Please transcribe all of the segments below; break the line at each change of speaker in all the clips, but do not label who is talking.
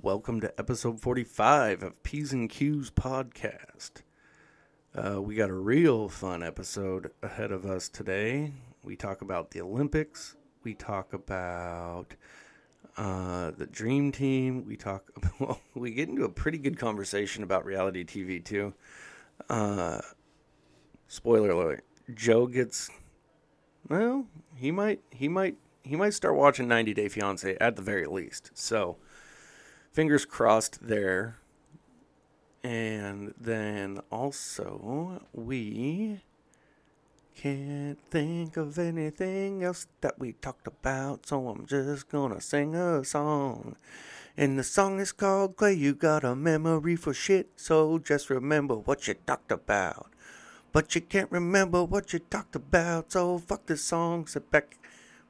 Welcome to episode 45 of P's and Q's podcast. Uh, we got a real fun episode ahead of us today. We talk about the Olympics, we talk about uh, the Dream Team, we talk well, we get into a pretty good conversation about reality TV too. Uh, spoiler alert: Joe gets well. He might, he might, he might start watching 90 Day Fiance at the very least. So, fingers crossed there. And then also, we can't think of anything else that we talked about, so I'm just gonna sing a song. And the song is called Clay, You Got a Memory for Shit, so just remember what you talked about. But you can't remember what you talked about, so fuck this song, sit back,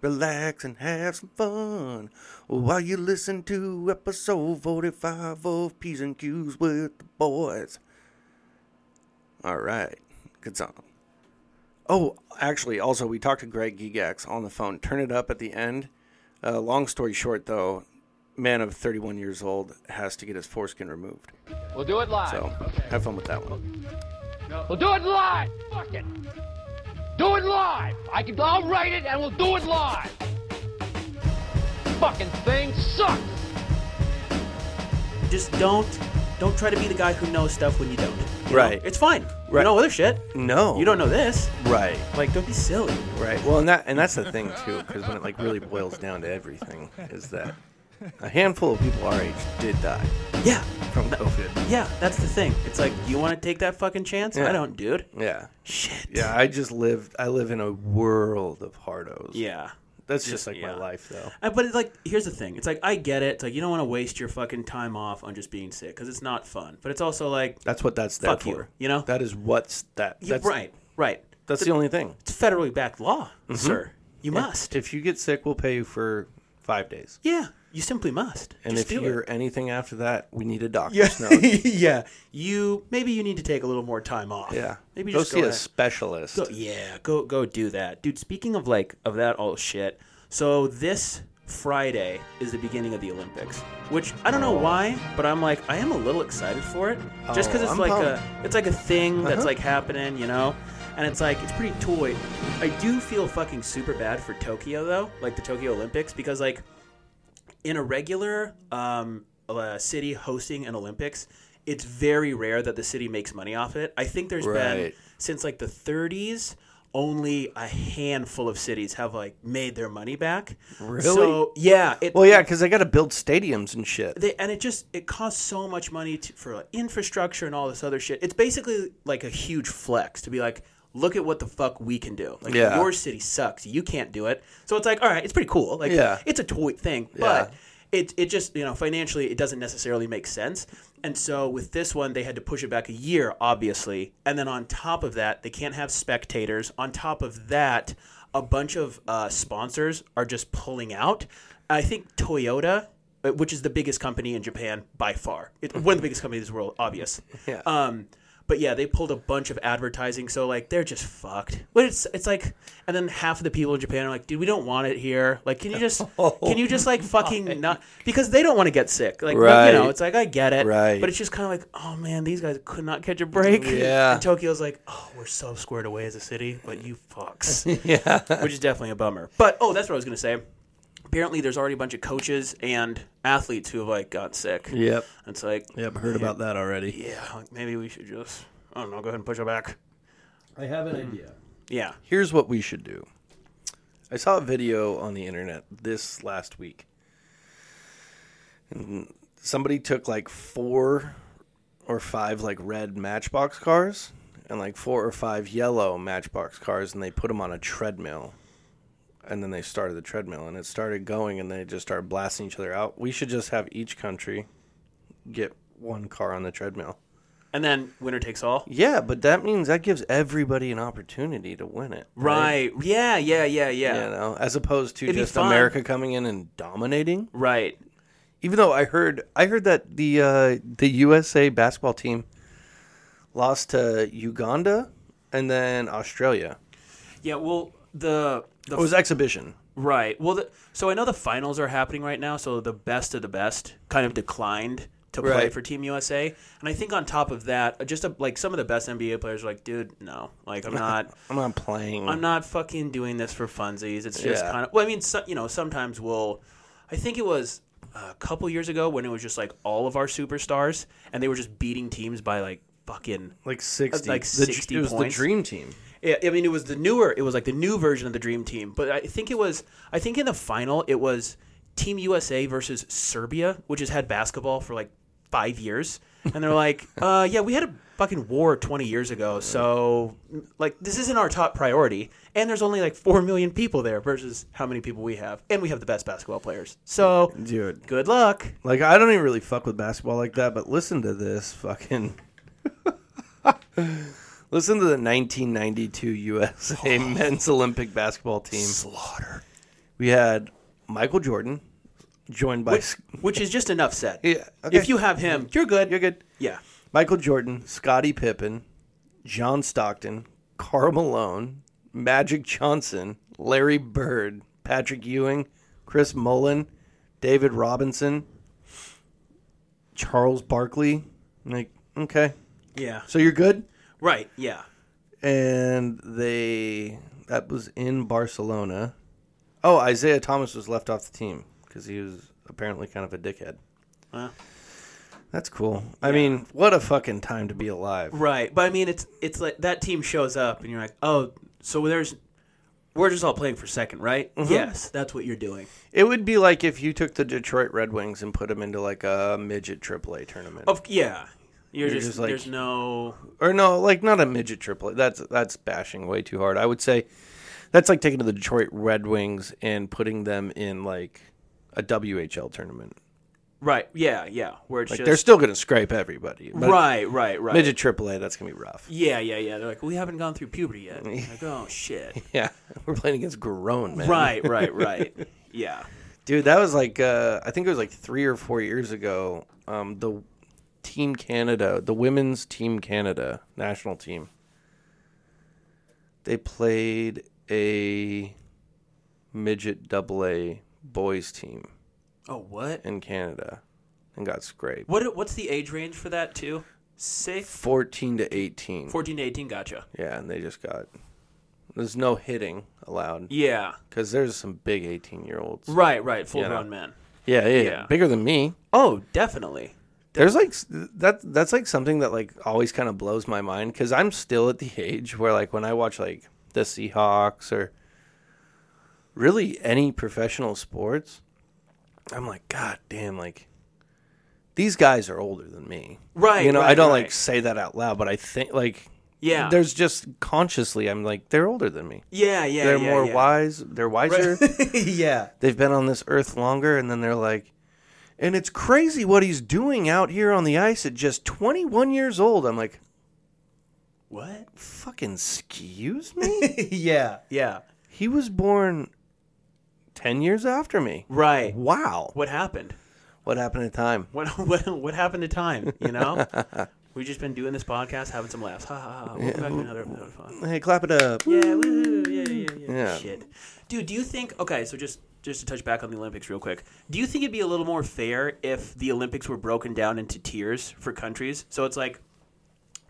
relax, and have some fun while you listen to episode 45 of P's and Q's with the boys. Alright, good song. Oh, actually, also, we talked to Greg Gigax on the phone. Turn it up at the end. Uh, long story short, though, man of 31 years old has to get his foreskin removed.
We'll do it live.
So have fun with that one.
We'll do it live. Fuck it. Do it live. I can. I'll write it and we'll do it live. Fucking thing sucks.
just don't don't try to be the guy who knows stuff when you don't. you know?
Right.
It's fine.
Right.
You know other shit.
No,
You don't know this.
Right,
Like, don't be silly.
right. Well, and that and that's the thing too, because when it like really boils down to everything, is that a handful of people our age did die
Yeah.
from COVID.
Yeah. That's the thing. It's like, do you want to take that fucking chance?
Yeah.
I don't, dude.
Yeah,
Shit.
yeah. I just live. I live in a world of hardos.
Yeah.
that's just like my
yeah.
life, though.
Uh, But it's like, here's the thing. It's like, I get it. It's like, you don't want to waste your fucking time off on just being sick because it's not fun. But it's also like,
That's what that's there
Fuck
for.
you, you know?
that is what's that.
you-
That's
right, right.
That's the only thing.
It's federally backed law, sir. You must.
If you get sick, we'll pay you for five days.
yeah. You simply must.
And
Just
if
do it.
you're anything after that, we need a doctor's note.
yeah. You maybe you need to take a little more time off.
Yeah.
Maybe
go
just
see
go
a
ahead-
specialist.
go- yeah, go go do that. Dude, speaking of like of that all shit. So this Friday is the beginning of the Olympics, which I don't know why, but I'm like I am a little excited for it just cuz
Oh,
it's
I'm
like
pumped.
a it's like a thing that's
Uh-huh.
like happening, you know. And it's like it's pretty toy. I do feel fucking super bad for Tokyo though, like the Tokyo Olympics because like in a regular um, uh, city hosting an Olympics, it's very rare that the city makes money off it. I think there's been
Right.
since like the 30s. Only a handful of cities have like made their money back.
Really?
So yeah, it,
Well, yeah, because they got to build stadiums and shit.
they, and it just it costs so much money to, for like, infrastructure and all this other shit. It's basically like a huge flex to be like, look at what the fuck we can do. Like
Yeah.
your city sucks, you can't do it. So it's like, all right, it's pretty cool. Like
Yeah.
it's a toy thing, but it it just you know financially it doesn't necessarily make sense. And so with this one, they had to push it back a year, obviously. And then on top of that, they can't have spectators. On top of that. A bunch of uh, sponsors are just pulling out. I think Toyota uh, which is the biggest company in Japan by far. It's one of the biggest companies in the world, obvious.
Yeah.
Um, but yeah, they pulled a bunch of advertising, so like they're just fucked. But it's it's like, and then half of the people in Japan are like, dude, we don't want it here. Like, can you just
Oh
can you just like fucking not because they don't want to get sick. Like, you know,
Right.
it's like I get it,
Right.
But it's just kind of like, oh man, these guys could not catch a break.
Yeah.
And Tokyo's like, oh, we're so squared away as a city, but you fucks
yeah.
which is definitely a bummer. But oh, that's what I was gonna say. Apparently, there's already a bunch of coaches and athletes who have like got sick.
Yep.
It's like,
Yep. Heard about that already.
yeah, like, maybe we should just, I don't know, go ahead and push it back.
I have an idea.
Yeah.
Here's what we should do. I saw a video on the internet this last week. And somebody took like four or five like red matchbox cars and like four or five yellow matchbox cars and they put them on a treadmill. And then they started the treadmill and it started going and they just started blasting each other out. We should just have each country get one car on the treadmill.
And then winner takes all.
Yeah, but that means that gives everybody an opportunity to win it.
Right. Yeah. Yeah. Yeah. Yeah.
You know, as opposed to
It'd be
just
fun.
America coming in and dominating.
Right.
Even though I heard I heard that the uh, the USA basketball team lost to Uganda and then Australia.
Yeah. Well, the the
Oh, It was exhibition.
Right. Well, the, so I know the finals are happening right now. So the best of the best kind of declined to play
Right.
for Team USA, and I think on top of that, just a, like some of the best NBA players are like, dude, no, like I'm not.
I'm not playing.
Mm.
I'm not fucking doing this for funsies. It's just
Yeah.
kind of. Well, I mean, so, you know, sometimes we'll. I think it was a couple years ago when it was just like all of our superstars, and they were just beating teams by like fucking.
Like sixty.
Like
The dr-
60
It was
points.
the dream team.
Yeah, I mean, it was the newer. It was like the new version of the Dream Team, but I think it was. I think in the final it was Team USA versus Serbia, which has had basketball for like five years, and they're like, uh, "Yeah, we had a fucking war 20 years ago, so like this isn't our top priority." And there's only like four million people there versus how many people we have, and we have the best basketball players. So,
Dude.
good luck.
Like I don't even really fuck with basketball like that, but listen to this fucking. listen to the 1992 USA men's Olympic basketball team.
Slaughter.
We had Michael Jordan, joined by
Which, which is just enough set.
Yeah, okay.
If you have him, you're good.
you're good.
Yeah.
Michael Jordan, Scottie Pippen, John Stockton, Carl Malone, Magic Johnson, Larry Bird, Patrick Ewing, Chris Mullen, David Robinson, Charles Barkley. Like, okay.
Yeah.
So you're good?
Right. Yeah.
And they that was in Barcelona. Oh, Isaiah Thomas was left off the team because he was apparently kind of a dickhead.
Well.
That's cool. I mean, what a fucking time to be alive.
Right, but I mean, it's it's like that team shows up, and you're like, oh, so there's, we're just all playing for second, right?
Mm-hmm.
Yes, that's what you're doing.
It would be like if you took the Detroit Red Wings and put them into like a midget AAA tournament,
Of yeah, you're, just,
just like-
there's no
or no, like not a midget AAA. That's that's bashing way too hard. I would say that's like taking the Detroit Red Wings and putting them in like a WHL tournament.
right. Yeah, yeah, where it's
Like
just
they're still going to scrape everybody, but
right, right, right.
Midget AAA, that's gonna be rough.
Yeah, yeah, yeah. They're like, we haven't gone through puberty yet. like, oh shit.
Yeah, we're playing against grown men.
right, right, right. Yeah.
dude. That was like uh, I think it was like three or four years ago. Um, the Team Canada, the women's Team Canada national team, they played a midget AA boys team
Oh what?
in Canada and got scraped.
What what's the age range for that too? Six,
Fourteen to eighteen.
14 to eighteen. Gotcha.
Yeah, and they just got. There's no hitting allowed
Yeah.
because there's some big 18 year olds.
Right, right. Full
know.
grown men.
Yeah, yeah, yeah.
Yeah.
Bigger than me.
Oh, definitely.
There's like s- that. That's like something that like always kind of blows my mind because I'm still at the age where like when I watch like the Seahawks or really any professional sports, I'm like, God damn, like these guys are older than me.
Right,
You know, I
right,
don't
right.
like say that out loud, but I think like
Yeah.
there's just consciously I'm like they're older than me.
Yeah, yeah.
they're
yeah,
more
yeah.
wise. They're wiser.
yeah.
they've been on this earth longer and then they're like and it's crazy what he's doing out here on the ice at just 21 years old i'm like
What?
fucking excuse me
yeah.
Yeah.
he was born 10 years after me
Right.
wow
What happened?
what happened to time
What what what happened to time? You know, we've just been doing this podcast, having some laughs. Ha ha ha. Welcome back to another episode of fun.
hey clap it up
Yeah, woohoo, yeah, yeah, yeah,
Yeah.
Shit, dude. Do you think? Okay, so just just to touch back on the Olympics real quick. Do you think it'd be a little more fair if the Olympics were broken down into tiers for countries? So it's like,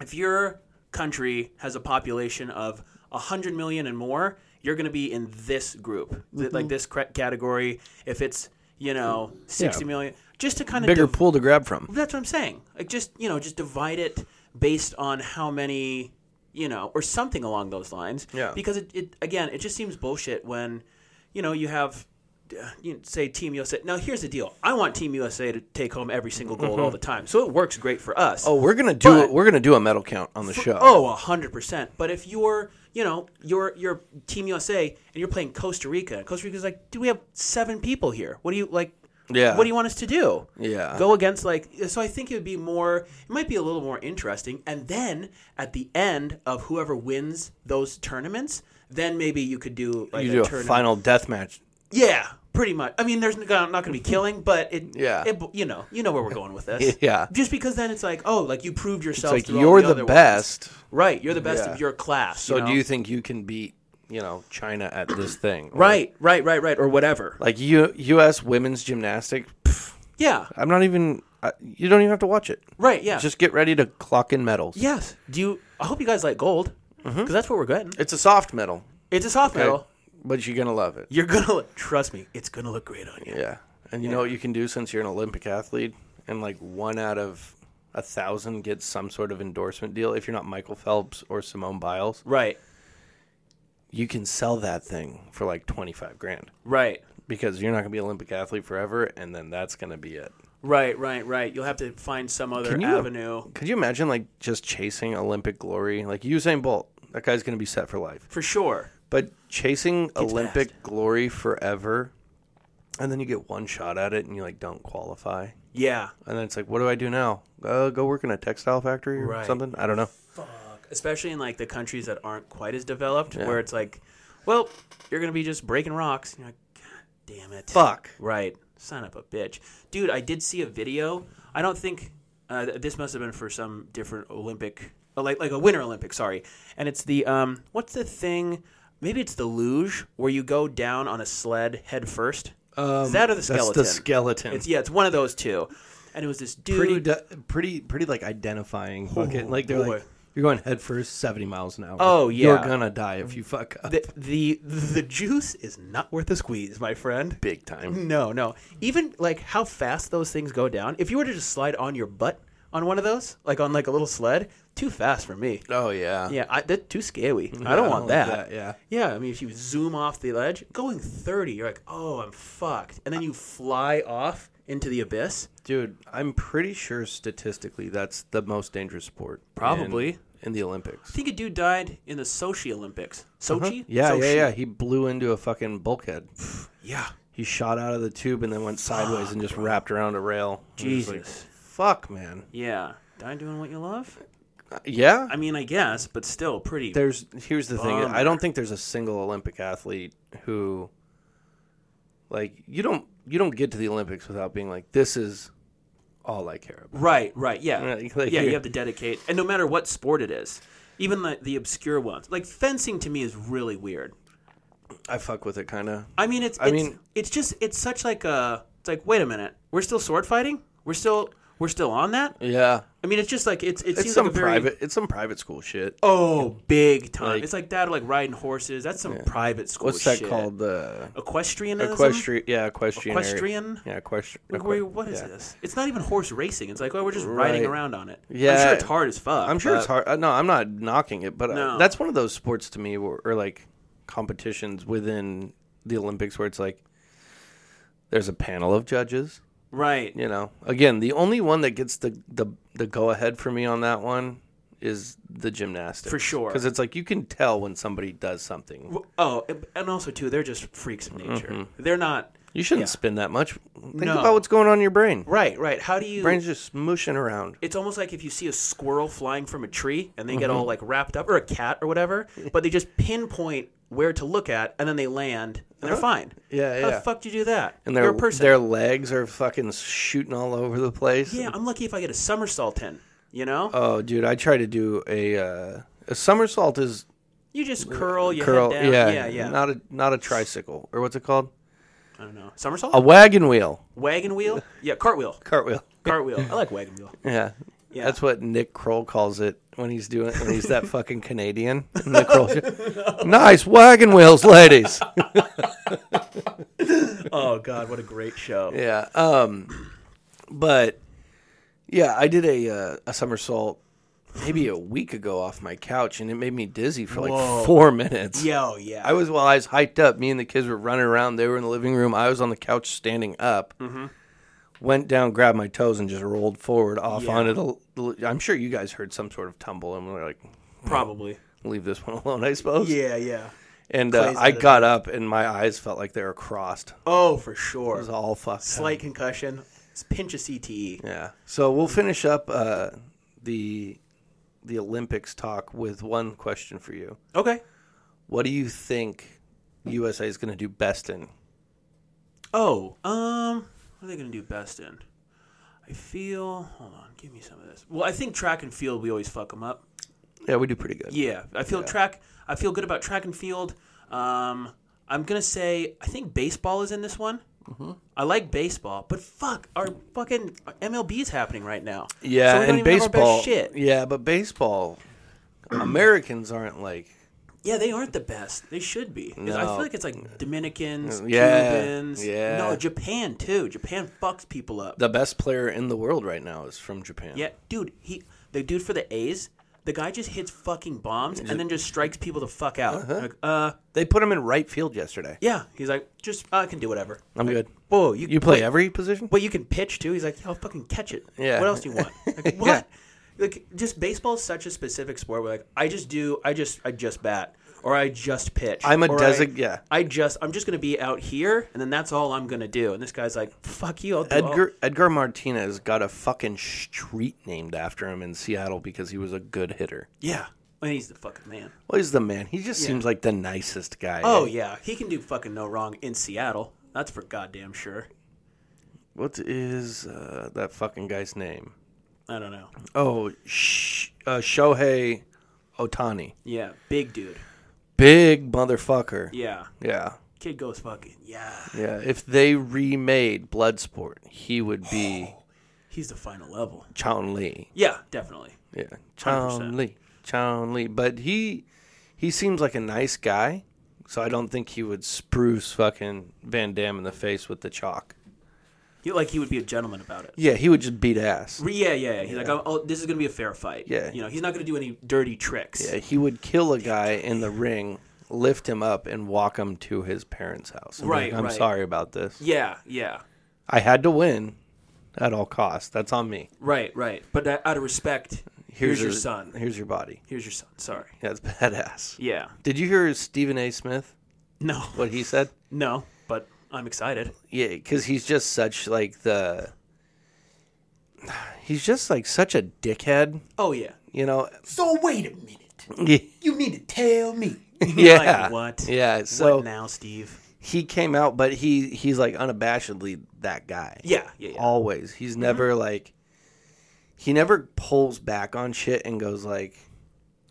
if your country has a population of 100 million and more, you're going to be in this group, th- like this cra- category. If it's, you know, sixty million, just to kind of
bigger pool to grab from
that's what I'm saying. Like just you know, just divide it based on how many you know, or something along those lines.
Yeah.
Because it, it again, it just seems bullshit when you know you have uh, you know, say Team USA. Now here's the deal: I want Team USA to take home every single gold all the time, so it works great for us.
Mm-hmm. oh we're gonna do
But-
we're gonna do a medal count on the show
Oh, a hundred percent. But if you're, you know, you're you're Team USA and you're playing Costa Rica, and Costa Rica's like, do we have seven people here? What do you like?
Yeah.
What do you want us to do?
Yeah.
Go against like. So I think it would be more. It might be a little more interesting. And then at the end of whoever wins those tournaments, then maybe you could do like
you
a
do a
tournament.
final death match
Yeah. Pretty much. I mean, there's not going to be killing, but it,
Mm-hmm. Yeah.
it, you know, you know where we're going with this.
Yeah.
Just because then it's like, oh, like you proved yourself.
it's like
through all
you're
the,
the,
other ones.
best
Right, you're the best
Yeah.
of your class.
so
know?
do you think you can beat you know China at this thing, or,
Right, right, right, right, or whatever.
Like U- U.S. women's gymnastics. Pff,
Yeah,
I'm not even. I, you don't even have to watch it.
right, yeah.
uh, Just get ready to clock in medals.
yes. Do you? I hope you guys like gold because that's what we're getting.
It's a soft medal,
It's a soft
Mm-hmm. okay?
medal.
but you're gonna love it.
You're gonna look, trust me. It's gonna look great on you.
Yeah. And you know what you can do since you're an Olympic athlete and like one out of a thousand gets some sort of endorsement deal if you're not Michael Phelps or Simone Biles,
Right,
you can sell that thing for like 25 grand
right,
because you're not going to be an Olympic athlete forever and then that's going to be it.
right, right, right. You'll have to find some other
Can you-
avenue
Could you imagine like just chasing Olympic glory? Like Usain Bolt, that guy's going to be set for life.
for sure.
But chasing Olympic glory forever and then you get one shot at it and you like don't qualify.
Yeah,
And then it's like, what do I do now? Uh, go work in a textile factory or
Right.
something? I don't know.
especially in like the countries that aren't quite as developed, where it's like, well, you're gonna be just breaking rocks. And you're like, God damn it.
Fuck.
Right. Son of a bitch. Dude, I did see a video. I don't think uh, th- this must have been for some different Olympic, uh, like like a Winter Olympic, sorry. And it's the um, what's the thing? Maybe it's the luge where you go down on a sled head first. Um, Is that or the skeleton?
That's the skeleton.
It's yeah, it's one of those two. And it was this dude. Oh,
pretty, de- pretty, pretty like identifying. fucking- like they're
boy.
like, you're going head first, seventy miles an hour.
Oh,
you're
yeah.
gonna die if you fuck up.
the, the the juice is not worth the squeeze, my friend.
Big time.
No, no. Even like how fast those things go down. If you were to just slide on your butt on one of those, like on like a little sled, too fast for me.
Oh yeah.
Yeah, I, that's too scary. I don't want
like
that.
that, yeah.
yeah. I mean, if you zoom off the ledge, going thirty, you're like, oh, I'm fucked, and then you fly off into the abyss.
dude. I'm pretty sure statistically that's the most dangerous sport. in-
Probably.
in the Olympics.
I think a dude died in the Sochi Olympics. Sochi?
Uh-huh. Yeah,
Sochi.
yeah, yeah. He blew into a fucking bulkhead.
yeah.
He shot out of the tube and then went sideways and just wrapped around a rail. It was like,
Jesus.
fuck, man.
Yeah. Die doing what you love?
Uh, Yeah.
I mean, I guess, but still, pretty.
there's here's the thing
Bummer.
i don't think there's a single olympic athlete who like you don't you don't get to the olympics without being like this is all i care about
Right, right, yeah.
Right, like
yeah, you
you-
have to dedicate. And no matter what sport it is, even the, the obscure ones. Like fencing to me is really weird.
i fuck with it kind of
I mean it's it's,
I mean-
it's just it's such like a it's like wait a minute. We're still sword fighting? We're still we're still on that?
yeah
I mean it's just like it's it
it's
seems
some
like a very
private it's some private school shit
Oh, big time.
Like-
it's like that or like riding horses. That's some private school
what's that
shit.
called the
Equestrianism?
equestrian yeah equestrian area.
Equestrian?
yeah equestrian
Like, wait, what is this? It's not even horse racing. It's like, oh, we're just riding
Right.
around on it. I'm
Yeah.
sure it's hard as fuck.
i'm sure
but-
it's hard uh, no i'm not knocking it but uh,
No.
that's one of those sports to me where, or like competitions within the olympics where it's like there's a panel of judges
Right.
you know, again, the only one that gets the the, the go ahead for me on that one is the gymnastics
For sure.
because it's like you can tell when somebody does something.
Well, Oh, and- and also too, they're just freaks of nature.
Mm-hmm.
They're not
You shouldn't spin that much. Think
No.
about what's going on in your brain.
right. Right. How do you?
Brain's just mushing around.
It's almost like if you see a squirrel flying from a tree and they
Mm-hmm.
get all like wrapped up, or a cat or whatever, but they just pinpoint where to look at, and then they land and they're fine.
Uh-huh. Yeah,
How the
yeah.
fuck do you do that?
And
You're
their
a person.
their legs are fucking shooting all over the place.
yeah, I'm lucky if I get a somersault in. You know,
Oh, dude, I try to do a uh, a somersault is
you just curl your
uh, curl.
head down.
Yeah,
yeah, yeah.
Not a not a tricycle or what's it called?
I don't know. Somersault,
A wagon wheel,
wagon wheel, yeah, cartwheel,
cartwheel.
cartwheel. I like wagon wheel.
Yeah.
Yeah.
That's what Nick Kroll calls it when he's doing when he's that fucking Canadian. Nick Kroll, nice wagon wheels, ladies.
Oh God, what a great show.
yeah. Um, but yeah, I did a uh, a somersault maybe a week ago off my couch, and it made me dizzy for like four minutes.
Yo, yeah.
I was while I was hiked up. Me and the kids were running around. They were in the living room. I was on the couch standing up.
Mm-hmm.
Went down, grabbed my toes, and just rolled forward off onto the, the. I'm sure you guys heard some sort of tumble, and we're like,
probably.
leave this one alone, I suppose.
Yeah, yeah.
And uh,
Clay's
I
got it.
got up, and my eyes felt like they were crossed. It
Oh, for sure.
was all fucked.
slight
up.
concussion, it's pinch of E. CTE.
Yeah. So we'll finish up uh, the the Olympics talk with one question for you.
Okay.
What do you think USA is going to do best in?
Oh, um, what are they gonna do best in? I feel. Hold on, give me some of this. Well, I think track and field we always fuck them up.
Yeah, we do pretty good.
Yeah, I feel track. I feel good about track and field. Um, I'm gonna say I think baseball is in this one.
Mm-hmm.
I like baseball, but fuck, our fucking MLB is happening right now.
Yeah,
so we don't
and
even have our best
baseball.
shit.
Yeah, but baseball. Americans aren't like
Yeah, they aren't the best. They should be. It's- I
No.
feel like it's like Dominicans,
Yeah,
Cubans.
yeah.
No, Japan too. Japan fucks people up.
the best player in the world right now is from Japan.
yeah, dude, he the dude for the A's, the guy just hits fucking bombs and then just strikes people the fuck out.
Uh-huh.
Like, uh,
They put him in right field yesterday.
yeah. He's like, just I can do whatever.
I'm good.
Whoa, you
You play
wait,
every position?
But you can pitch too. He's like, yeah, I'll fucking catch it.
Yeah.
What else do you want? Like, what? Like just baseball is such a specific sport. Where like I just do, I just, I just bat, or I just pitch.
I'm a
or
desig-
I-
yeah.
I just, I'm just gonna be out here, and then that's all I'm gonna do. And this guy's like, fuck you. I'll do all-
Edgar Edgar Martinez got a fucking street named after him in Seattle because he was a good hitter.
Yeah. I mean, he's the fucking man.
Well, he's the man. He just seems like the nicest guy.
Oh yeah, he can do fucking no wrong in Seattle. That's for goddamn sure.
What is uh, that fucking guy's name?
I don't know.
Oh, Sh- uh, Shohei Otani.
Yeah, big dude.
Big motherfucker.
Yeah,
Yeah.
kid goes fucking. Yeah,
Yeah. If they remade Bloodsport, he would be
Oh. he's the final level.
Chon Lee.
Yeah, definitely.
Yeah. Chon
100%.
Lee. Chon Lee. But he he seems like a nice guy. So I don't think he would spruce fucking Van Damme in the face with the chalk.
He, like he would be a gentleman about it.
Yeah, he would just beat ass.
Re- Yeah, yeah, yeah. He's like, oh, oh, this is gonna be a fair fight.
Yeah.
you know, he's not gonna do any dirty tricks.
Yeah, he would kill a guy in the ring, lift him up, and walk him to his parents' house. And be
Right,
like, I'm
right.
sorry about this.
yeah, yeah.
I had to win at all costs. That's on me.
Right, right. But uh, out of respect, here's, your, son.
Here's your body.
Here's your son. Sorry.
That's badass.
Yeah.
Did you hear Stephen A. Smith?
No.
What he said?
No. But I'm excited.
Yeah, because he's just such like the. He's just like such a dickhead,
Oh yeah.
you know.
So wait a minute.
Yeah,
You mean to tell me?
yeah.
what?
Yeah, so
what now, Steve?
he came out, but he he's like unabashedly that guy.
Yeah, yeah, yeah. Mm-hmm.
always. He's never like he never pulls back on shit and goes like,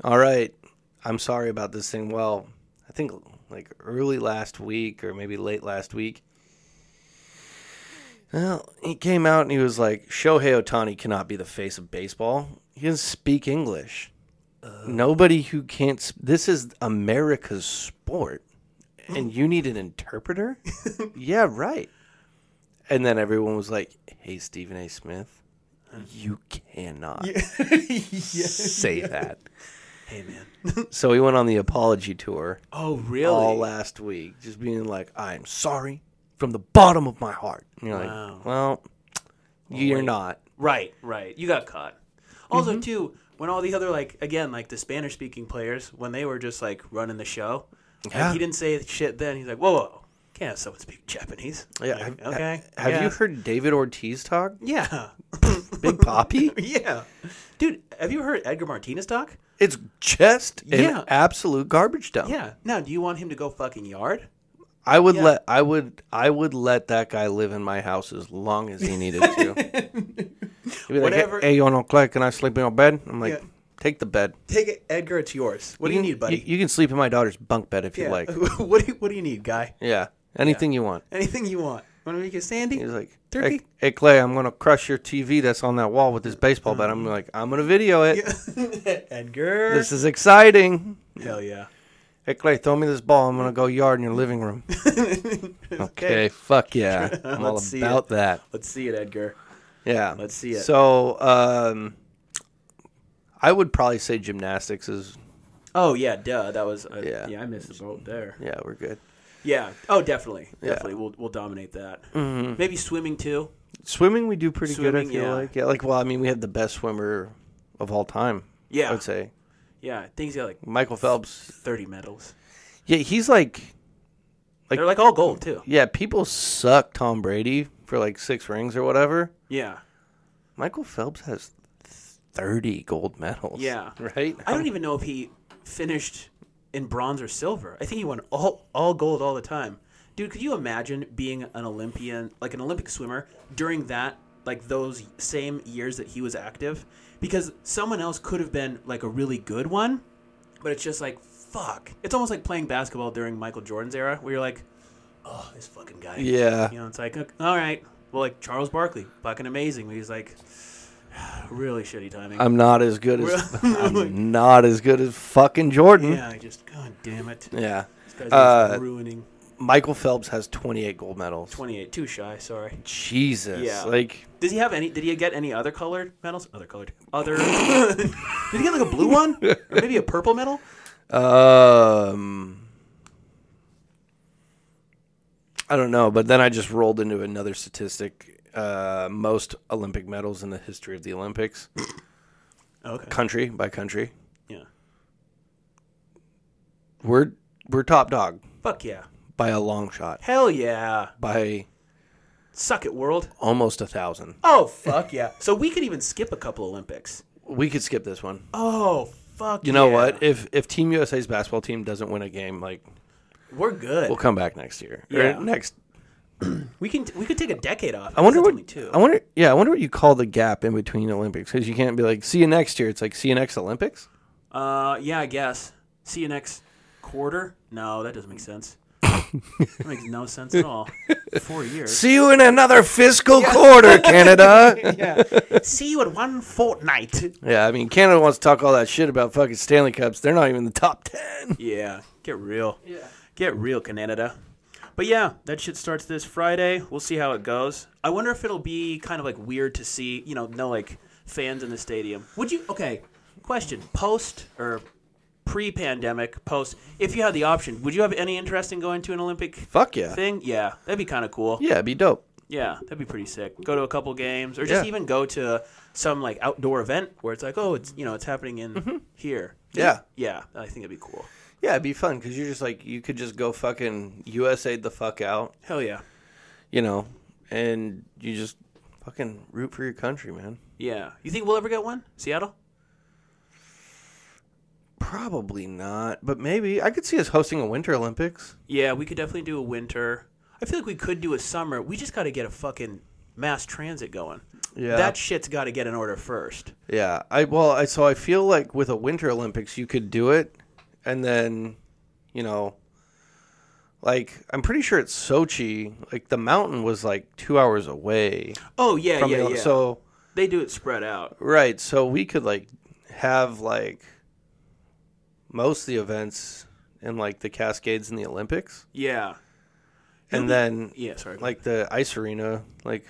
"All right, I'm sorry about this thing." Well, I think like early last week or maybe late last week. Well, he came out and he was like, "Shohei Otani cannot be the face of baseball. He doesn't speak English. Nobody who can't. s this is America's sport, and you need an interpreter." Yeah, right. And then everyone was like, "Hey, Stephen A. Smith, you cannot say that."
Hey man.
So he went on the apology tour
Oh really?
all last week, just being like, "I'm sorry from the bottom of my heart." And you're
Wow.
like, "Well, you're not."
Right, right. You got caught. Also, too, when all the other like again like the Spanish speaking players when they were just like running the show, like,
Yeah.
he didn't say shit. Then he's like, whoa, whoa, can't have someone speak Japanese.
Yeah.
Like,
Have,
okay.
ha- Have
yeah.
you heard David Ortiz talk?
Yeah,
Big Poppy?
yeah, dude. Have you heard Edgar Martinez talk?
it's just an
Yeah.
absolute garbage dump.
Yeah. Now, do you want him to go fucking yard?
I would
Yeah.
let I would I would let that guy live in my house as long as he needed to. He'd be like,
Whatever-
Hey, you on Clay, can I sleep in your bed? I'm like,
Yeah.
take the bed.
Take it, Edgar. It's yours. What do you
can-
need, buddy?
You, can sleep in my daughter's bunk bed if
yeah.
you like.
what do you, What do you need, guy?
Yeah, anything you want.
Anything you want. Want to make it sandy?
He's like,
Turkey?
hey, hey Clay, I'm gonna crush your TV that's on that wall with this baseball bat.
Mm.
I'm like, I'm gonna video it.
Edgar.
This is exciting.
Hell yeah.
Hey Clay, throw me this ball. I'm gonna go yard in your living room. okay, fuck yeah, I'm all
Let's see
about
it.
that.
Let's see it, Edgar.
Yeah.
Let's see it.
So, um, I would probably say gymnastics is.
Oh yeah, duh. That was uh, yeah.
Yeah.
I missed the boat there.
Yeah, we're good.
Yeah. Oh, definitely, definitely. We'll we'll dominate that. Maybe swimming too.
Swimming, we do pretty good. I
Swimming,
feel
yeah.
like. Yeah, like well, I mean, we have the best swimmer of all time.
Yeah.
I would say
Yeah, things got like
Michael Phelps.
thirty medals.
Yeah, he's like. Like-
They're like all gold too.
Yeah, people suck Tom Brady for like six rings or whatever.
Yeah.
Michael Phelps has thirty gold medals.
Yeah.
Right.
I don't even know if he finished in bronze or silver. I think he won all all gold all the time. Dude, could you imagine being an Olympian, like an Olympic swimmer, during that, like those same years that he was active? Because someone else could have been like a really good one, but it's just like, fuck. It's almost like playing basketball during Michael Jordan's era, where you're like, oh, this fucking guy.
Yeah.
You know, it's like, "Okay, all right. Well, like Charles Barkley, fucking amazing. He's like, really shitty timing.
I'm not as good as I'm not as good as fucking Jordan.
yeah, I just, god damn it.
Yeah.
This guy's
Uh,
just ruining.
Michael Phelps has 28 gold medals.
28, too shy, sorry.
Jesus.
Yeah.
Like
Does he have any? Did he get any other colored medals? Other colored. Other. did he get like a blue one? Or maybe a purple medal?
um I don't know, but then I just rolled into another statistic uh most Olympic medals in the history of the Olympics,
Oh, Okay.
country by country.
Yeah.
We're we're top dog
Fuck yeah.
by a long shot.
Hell yeah.
By
Suck it, world.
almost a thousand.
Oh, fuck yeah. So we could even skip a couple Olympics.
We could skip this one.
Oh, fuck
You know
yeah.
what? If if Team USA's basketball team doesn't win a game, like
We're good.
we'll come back next year. Or
Yeah.
next
we can we could take a decade off.
I wonder
That's
what
only two.
I wonder. Yeah, I wonder what you call the gap in between Olympics because you can't be like see you next year. It's like see you next Olympics.
Uh, yeah, I guess. See you next quarter. No, that doesn't make sense. that makes no sense at all. Four years.
See you in another fiscal quarter, Canada.
See you in one fortnight.
yeah, I mean Canada wants to talk all that shit about fucking Stanley Cups. They're not even in the top ten.
Yeah, get real. Yeah. Get real, Canada. But yeah, that shit starts this Friday. We'll see how it goes. I wonder if it'll be kind of like weird to see, you know, no like fans in the stadium. Would you okay, question. Post or pre pandemic, post if you had the option, would you have any interest in going to an Olympic
Fuck yeah.
thing? Yeah. That'd be kinda cool.
Yeah, it'd be dope.
Yeah, that'd be pretty sick. Go to a couple games, or just
Yeah.
even go to some like outdoor event where it's like, oh, it's you know, it's happening in here.
Mm-hmm. Yeah.
yeah, I think it'd be cool.
Yeah, it'd be fun because you're just like you could just go fucking USA the fuck out,
Hell yeah,
you know, and you just fucking root for your country, man.
yeah. You think we'll ever get one? Seattle?
Probably not, but maybe I could see us hosting a Winter Olympics.
Yeah, we could definitely do a winter. I feel like we could do a summer. We just got to get a fucking mass transit going.
Yeah.
that shit's got to get in order first.
Yeah, I well, I so I feel like with a Winter Olympics you could do it, and then, you know, like I'm pretty sure it's Sochi. Like the mountain was like two hours away
Oh yeah,
from
yeah,
the
yeah.
so
they do it spread out.
right, so we could like have like most of the events in like the Cascades and the Olympics,
Yeah,
and then
yeah. Sorry.
like the ice arena, like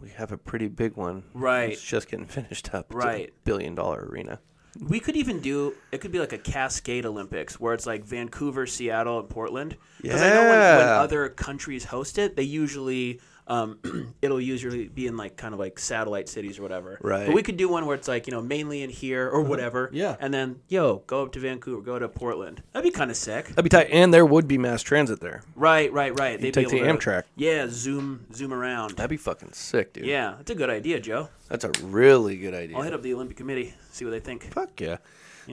we have a pretty big one.
Right.
it's just getting finished up. It's a
Right.
billion dollar arena.
We could even do it could be like a Cascade Olympics where it's like Vancouver, Seattle, and Portland. Because I know when, when
Yeah.
other countries host it, they usually um, it'll usually be in like kind of like satellite cities or whatever.
Right. Uh-huh.
But we could do one where it's like you know mainly in here or whatever.
Yeah.
And then yo go up to Vancouver, go to Portland. That'd be kind of sick.
That'd be tight. And there would be mass transit there.
Right, right, right. They'd
take
be able
the
to-
Amtrak.
Yeah, zoom zoom around.
That'd be fucking sick, dude.
Yeah, that's a good idea, Joe.
That's a really good idea.
I'll hit up the Olympic Committee, see what they think.
Fuck yeah.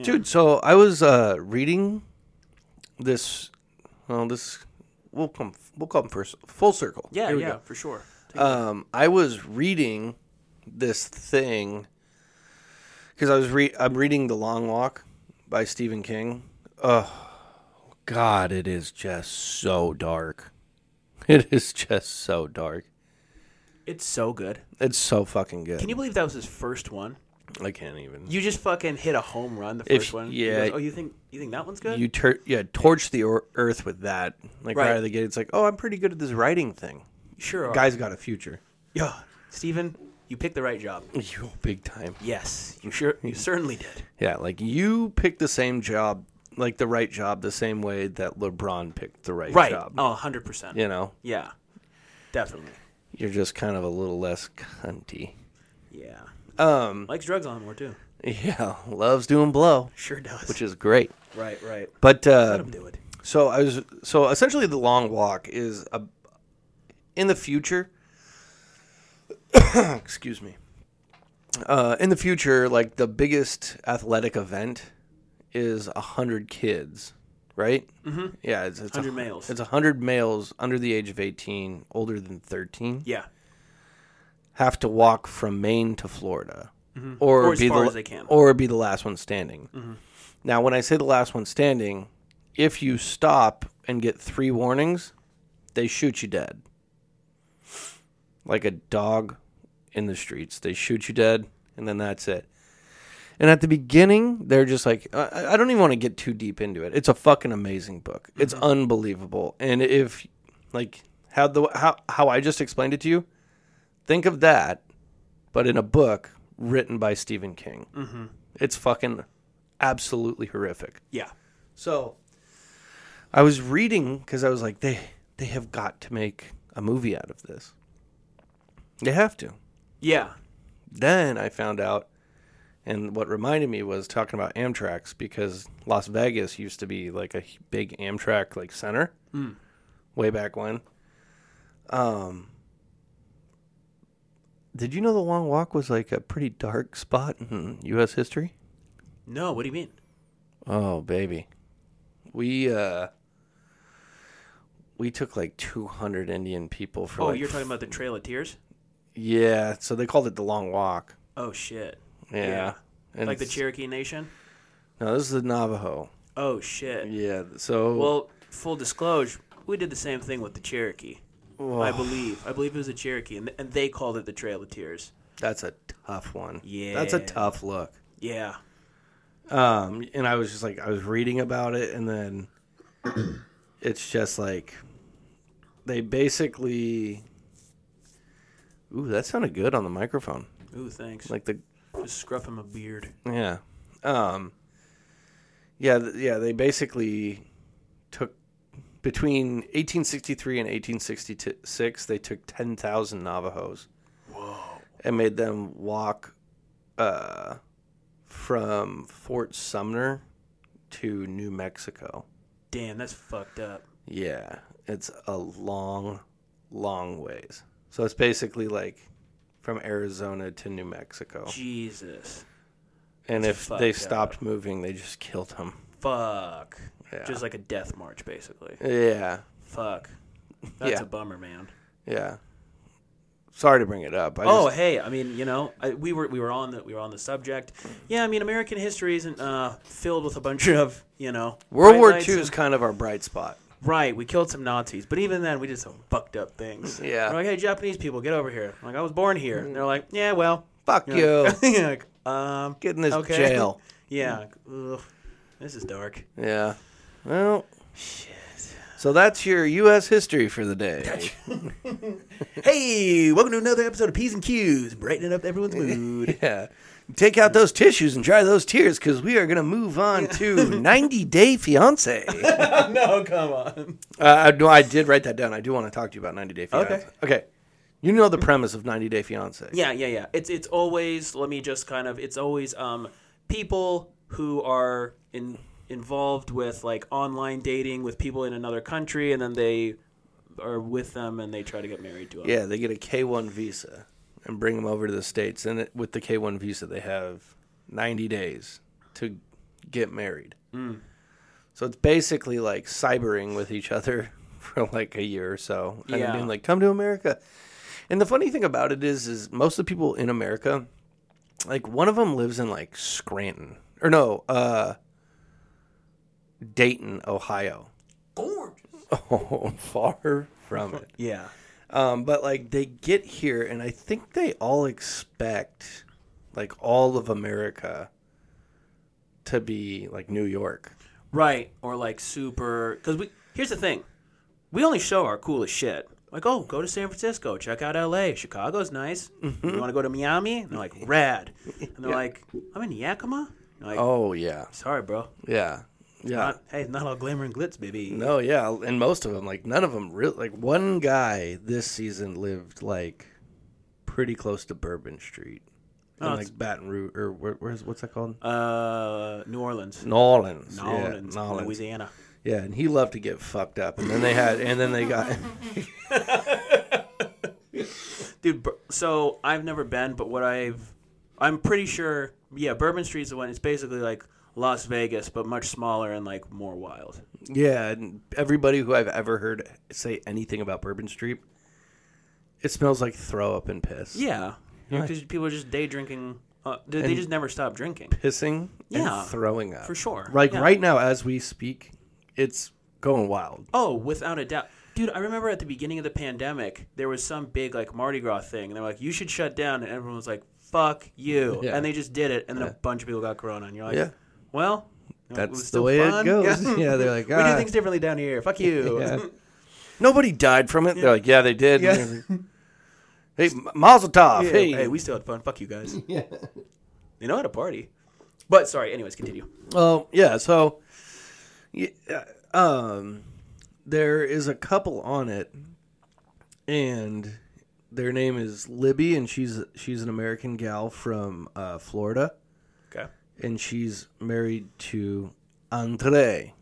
Dude, so I was uh, reading this. Well, this. We'll come. We'll call them first. Full circle.
Yeah,
Here we
yeah,
go.
for sure.
Um, I was reading this thing because I was re- I'm reading The Long Walk by Stephen King. Oh God, it is just so dark. It is just so dark.
It's so good.
It's so fucking good.
Can you believe that was his first one?
I can't even.
You just fucking hit a home run the
If-
first one.
yeah.
You go, oh, you think you think that one's good?
you tur- yeah torch the or- earth with that like right.
Right.
out of the gate it's like oh i'm pretty good at this writing thing
sure. Are.
guy's got a future
yeah. Steven, you picked the right job.
you big time
Yes, you sure you certainly did.
yeah like you picked the same job like the right job the same way that lebron picked the right,
Right.
job
Oh, 100%.
you know
Yeah. Definitely.
you're just kind of a little less cunty
Yeah.
um
Likes drugs a lot more too.
yeah loves doing blow
Sure does.
which is great
right, right.
but
Let
uh
him do it.
So I was so essentially the long walk is a in the future. excuse me. Uh, in the future, like the biggest athletic event is a hundred kids, right? Mm-hmm. Yeah, it's, it's a hun-
100 males.
It's a hundred males under the age of eighteen, older than thirteen,
Yeah.
have to walk from Maine to Florida. or,
Mm-hmm. Or as
be
far
the,
as they can. Mm-hmm.
or be the last one standing. Now, when I say the last one standing, if you stop and get three warnings, they shoot you dead. Like a dog in the streets, they shoot you dead, and then that's it. And at the beginning, they're just like, I- I, I don't even want to get too deep into it. It's a fucking amazing book. It's
Mm-hmm.
unbelievable. And if, like, how the how how I just explained it to you, think of that, but in a book written by Stephen King. Mm-hmm. It's fucking absolutely horrific.
Yeah.
So I was reading because I was like, they they have got to make a movie out of this. They have to
Yeah.
then I found out, and what reminded me was talking about Amtrak's because Las Vegas used to be like a h- big Amtrak like center
Hmm.
way back when. Um, did you know the Long Walk was like a pretty dark spot in U.S. history?
No, what do you mean?
Oh baby, we uh, we took like two hundred Indian people for
Oh,
like
you're talking about the Trail of Tears?
yeah, so they called it the Long Walk.
Oh shit.
Yeah, And
Like the
it's-
Cherokee Nation?
No, this is the Navajo.
Oh shit.
Yeah. So
Well, full disclosure, we did the same thing with the Cherokee. I believe. I believe it was a Cherokee, and, and they called it the Trail of Tears.
that's a tough one. That's a
Yeah.
tough look.
Yeah.
Um, and I was just like, I was reading about it, and then it's just like they basically. Ooh, that sounded good on the microphone.
Ooh, thanks. Like
Like the
just scruffing my beard.
yeah, um, yeah, th- yeah. They basically took between 1863 and 1866. They took 10,000 Navajos. and made them walk uh, from Fort Sumner to New Mexico.
Damn, that's fucked up.
Yeah, it's a long, long ways. So it's basically like from Arizona to New Mexico.
Jesus.
And if they
fucked
stopped moving, they just killed them.
Fuck.
Yeah.
Just like a death march, basically.
Yeah,
Fuck. That's
Yeah.
a bummer, man.
yeah. Sorry to bring it up. I
Oh,
just,
hey, I mean, you know, I, we were we were on the we were on the subject. Yeah, I mean, American history isn't uh, filled with a bunch of you know
World
bright
War
lights
II
and-
is kind of our bright spot.
Right, we killed some Nazis, but even then, we did some fucked up things.
Yeah. Mm.
We're like, hey, Japanese people, get over here. I'm like, I was born here. And they're like, yeah, well,
Fuck
you
you.
know, you're like, um,
Get in this
okay.
jail.
yeah, ugh, this is dark.
Yeah. Well. So that's your U.S. history for the day.
Hey, welcome to another episode of P's and Q's, brightening up everyone's mood.
Yeah. Take out those tissues and dry those tears because we are going to move on to 90 Day Fiance. uh,
no, come on.
I- no, I did write that down. I do want to talk to you about 90 Day Fiance.
Okay.
Okay. You know the premise of 90 Day Fiance.
Yeah, yeah, yeah. It's it's always. Let me just kind of. It's always um people who are in involved with like online dating with people in another country, and then they are with them and they try to get married to them.
Yeah, they get a K 1 visa and bring them over to the States. And it, with the K 1 visa, they have 90 days to get married. So it's basically like cybering with each other for like a year or so. And then
Yeah.
being like, come to America. And the funny thing about it is, is most of the people in America, like one of them lives in like Scranton or no, uh, Dayton, Ohio.
Gorgeous.
Oh, far from it.
Yeah.
Um, but like they get here, and I think they all expect like all of America to be like New York.
Right. Or like super. Because we here's the thing, we only show our coolest shit. Like, oh, go to San Francisco, check out L.A. Chicago's nice.
Mm-hmm.
You want to go to Miami? And they're like, rad. And they're like, I'm in Yakima. And they're like,
Oh Ah. yeah,
sorry, bro.
yeah, yeah.
Not, hey, not all glamour and glitz, baby.
no, yeah, and most of them like none of them really like one guy this season lived like pretty close to Bourbon Street, and
Oh, it's-
like Baton Rouge or where, where's what's that called?
Uh, New Orleans.
New Orleans,
New
yeah,
Orleans,
New Orleans.
Louisiana.
Yeah, and he loved to get fucked up, and then they had, and then they got.
Dude, Bur- so I've never been, but what I've, I'm pretty sure, yeah, Bourbon Street's the one. It's basically like Las Vegas, but much smaller and like more wild.
Yeah, and everybody who I've ever heard say anything about Bourbon Street, it smells like throw up and piss.
Yeah, because people are just day drinking Uh, they, they just never stop drinking.
pissing
Yeah,
and throwing up
for sure.
Like
Yeah.
right now as we speak, it's going wild.
Oh, without a doubt. Dude, I remember at the beginning of the pandemic, there was some big like Mardi Gras thing, and they were like, "You should shut down," and everyone was like, "Fuck you,"
Yeah.
and they just did it, and then a bunch of people got corona, and you're like,
Yeah.
"Well, it
That's
was
the
still
way it
fun."
goes. Yeah, they're like,
"We
"Ah."
do things differently down here. Fuck you."
Yeah. Nobody died from it. They're like, yeah, they did.
Yeah.
Hey, M- Mazel Tov.
Yeah,
Hey.
hey. we still had fun. Fuck you guys. They know how to party. But sorry, anyways, continue.
Well, yeah. So, y- uh, um, there is a couple on it, and their name is Libby, and she's she's an American gal from uh, Florida,
Okay.
and she's married to Andre,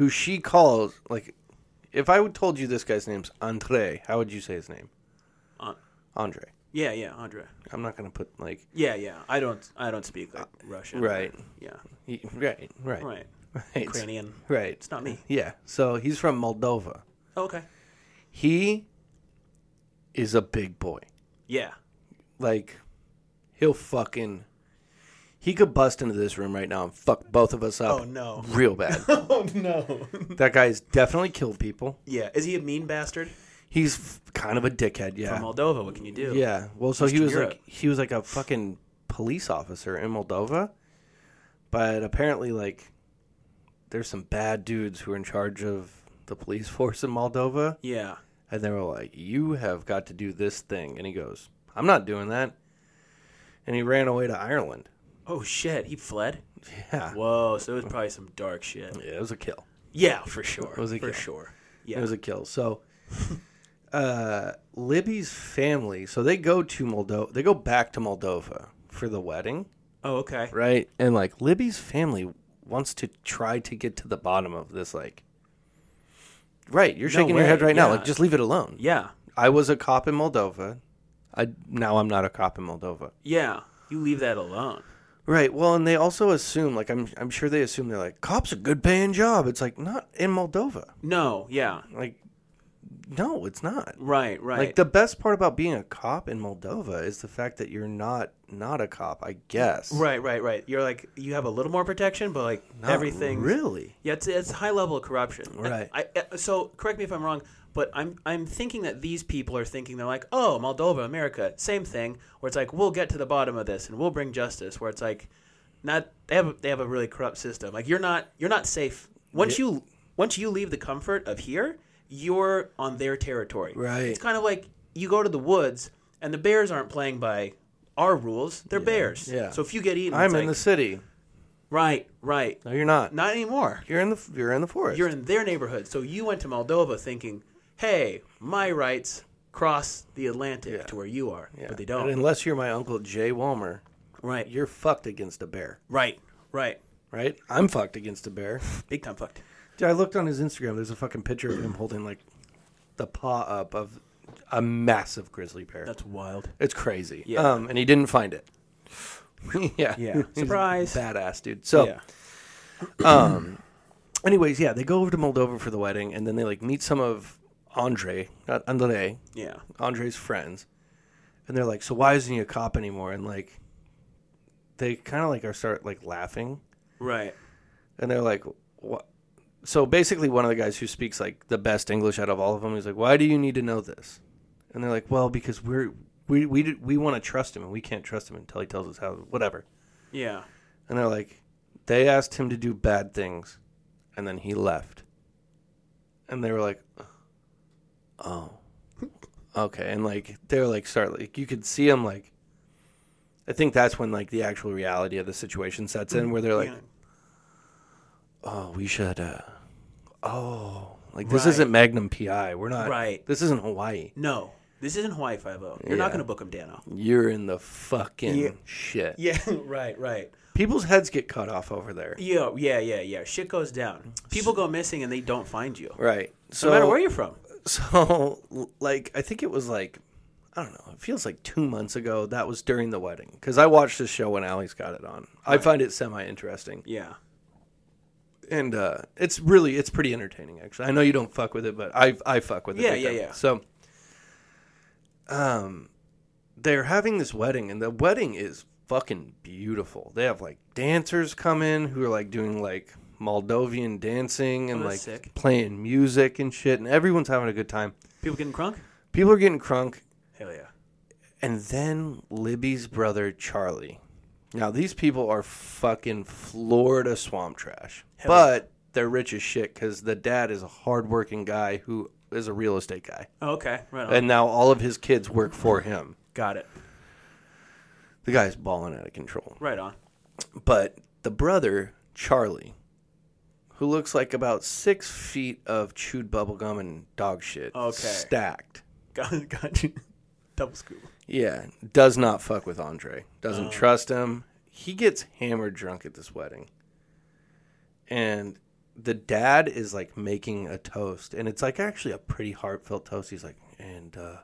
who she calls like. If I would told you this guy's name's Andre, how would you say his name?
An-
Andre.
Yeah, yeah, Andre.
I'm not gonna put like
Yeah, yeah. I don't, I don't speak like Russian.
Uh, right,
Yeah.
Y- right, right,
Right.
right,
Ukrainian.
right.
It's not me.
Yeah. So he's from Moldova.
Oh, okay.
he is a big boy.
Yeah.
Like, he'll fucking. He could bust into this room right now and fuck both of us up.
Oh, no.
Real bad.
Oh no.
that guy's definitely killed people.
yeah. Is he a mean bastard?
He's f- kind of a dickhead. Yeah.
From Moldova, what can you do?
Yeah. Well, so he
Eastern
was
Europe.
like he was like a fucking police officer in Moldova, but apparently like there's some bad dudes who are in charge of the police force in Moldova,
Yeah.
and they were like, "You have got to do this thing," and he goes, "I'm not doing that," and he ran away to Ireland.
Oh shit, he fled?
Yeah.
Whoa, so it was probably some dark shit.
Yeah, it was a kill.
Yeah, for sure.
was a
for
kill.
sure. Yeah.
It was a kill. So, uh, Libby's family, so they go to Moldova. They go back to Moldova for the wedding.
oh, okay.
right? And like Libby's family wants to try to get to the bottom of this. Like, right? You're shaking your
way,
head right now.
yeah.
Like, just leave it alone.
Yeah.
I was a cop in Moldova. I now I'm not a cop in Moldova.
Yeah. You leave that alone.
Right. Well, and they also assume like I'm I'm sure they assume they're like cops a good paying job. It's like not in Moldova.
No, yeah.
Like, no, it's not.
Right, right.
Like the best part about being a cop in Moldova is the fact that you're not not a cop, I guess.
Right, right, right. You're like you have a little more protection, but like
Not
everything
really.
Yeah, it's, it's high level of corruption.
Right.
I, I- so correct me if I'm wrong, but I'm I'm thinking that these people are thinking they're like, oh, Moldova, America, same thing. Where it's like we'll get to the bottom of this and we'll bring justice. Where it's like, not they have a, they have a really corrupt system. Like you're not you're not safe once you once you leave the comfort of here, you're on their territory.
Right.
It's kind of like you go to the woods and the bears aren't playing by our rules. They're bears.
yeah.
So if you get eaten,
I'm
it's
in
like,
the city.
Right, right.
No, you're not.
Not anymore.
You're in the you're in the forest.
You're in their neighborhood. So you went to Moldova thinking, hey, my rights cross the Atlantic to where you are. But they don't.
And unless you're my uncle Jay Walmer,
right.
you're fucked against a bear,
right, right.
right? I'm fucked against a bear.
Big time fucked.
Dude, I looked on his Instagram. There's a fucking picture of him holding like the paw up of a massive grizzly bear.
That's wild.
it's crazy.
Yeah.
Um, and he didn't find it. yeah.
Yeah.
He's a
Surprise.
Badass dude. So.
yeah.
Anyways, yeah, they go over to Moldova for the wedding, and then they like meet some of Andre, not Andre,
Yeah.
Andre's friends, and they're like, "So why isn't he a cop anymore?" And like, they kind of like are start like laughing,
Right.
and they're like, "What?" So basically, one of the guys who speaks like the best English out of all of them, he's like, "Why do you need to know this?" And they're like, "Well, because we're we we did- we want to trust him, and we can't trust him until he tells us how whatever."
Yeah.
And they're like, "They asked him to do bad things, and then he left." And they were like, "Oh, okay." And like they're like, start like you could see him like. I think that's when like the actual reality of the situation sets in, where they're like,
Yeah.
"Oh, we should." uh Oh, like this
Right.
isn't Magnum PI. We're not.
Right.
This isn't Hawaii.
No. This isn't Hawaii Five O. You're not
Yeah.
going to book him, Dano.
You're in the fucking
Yeah.
shit.
Yeah. Right. Right.
People's heads get cut off over there.
Yeah. Yeah. Yeah. Yeah. Shit goes down. People go missing and they don't find you.
Right. So
no matter where you're from.
so like i think it was like i don't know it feels like two months ago that was during the wedding because i watched this show when alex got it on i find it semi-interesting
Yeah.
and uh it's really it's pretty entertaining actually i know you don't fuck with it but i i fuck with it
Yeah,
big
yeah,
time.
yeah.
so um they're having this wedding and the wedding is fucking beautiful. They have like dancers come in who are like doing like Moldovan dancing and
Oh,
like
that's sick.
playing music and shit, and everyone's having a good time.
People getting crunk?
People are getting crunk,
Hell yeah.
and then Libby's brother Charlie. Now these people are fucking Florida swamp trash, but they're rich as shit because the dad is a hardworking guy who is a real estate guy,
Oh, okay. Right on.
and now all of his kids work for him.
Got it.
The guy's balling out of control.
Right on.
But the brother, Charlie, who looks like about six feet of chewed bubblegum and dog shit
Okay.
stacked.
Got, got you. Double scoop.
Yeah, does not fuck with Andre. Doesn't
Oh.
trust him. He gets hammered drunk at this wedding. And the dad is like making a toast, and it's like actually a pretty heartfelt toast. He's like, and uh,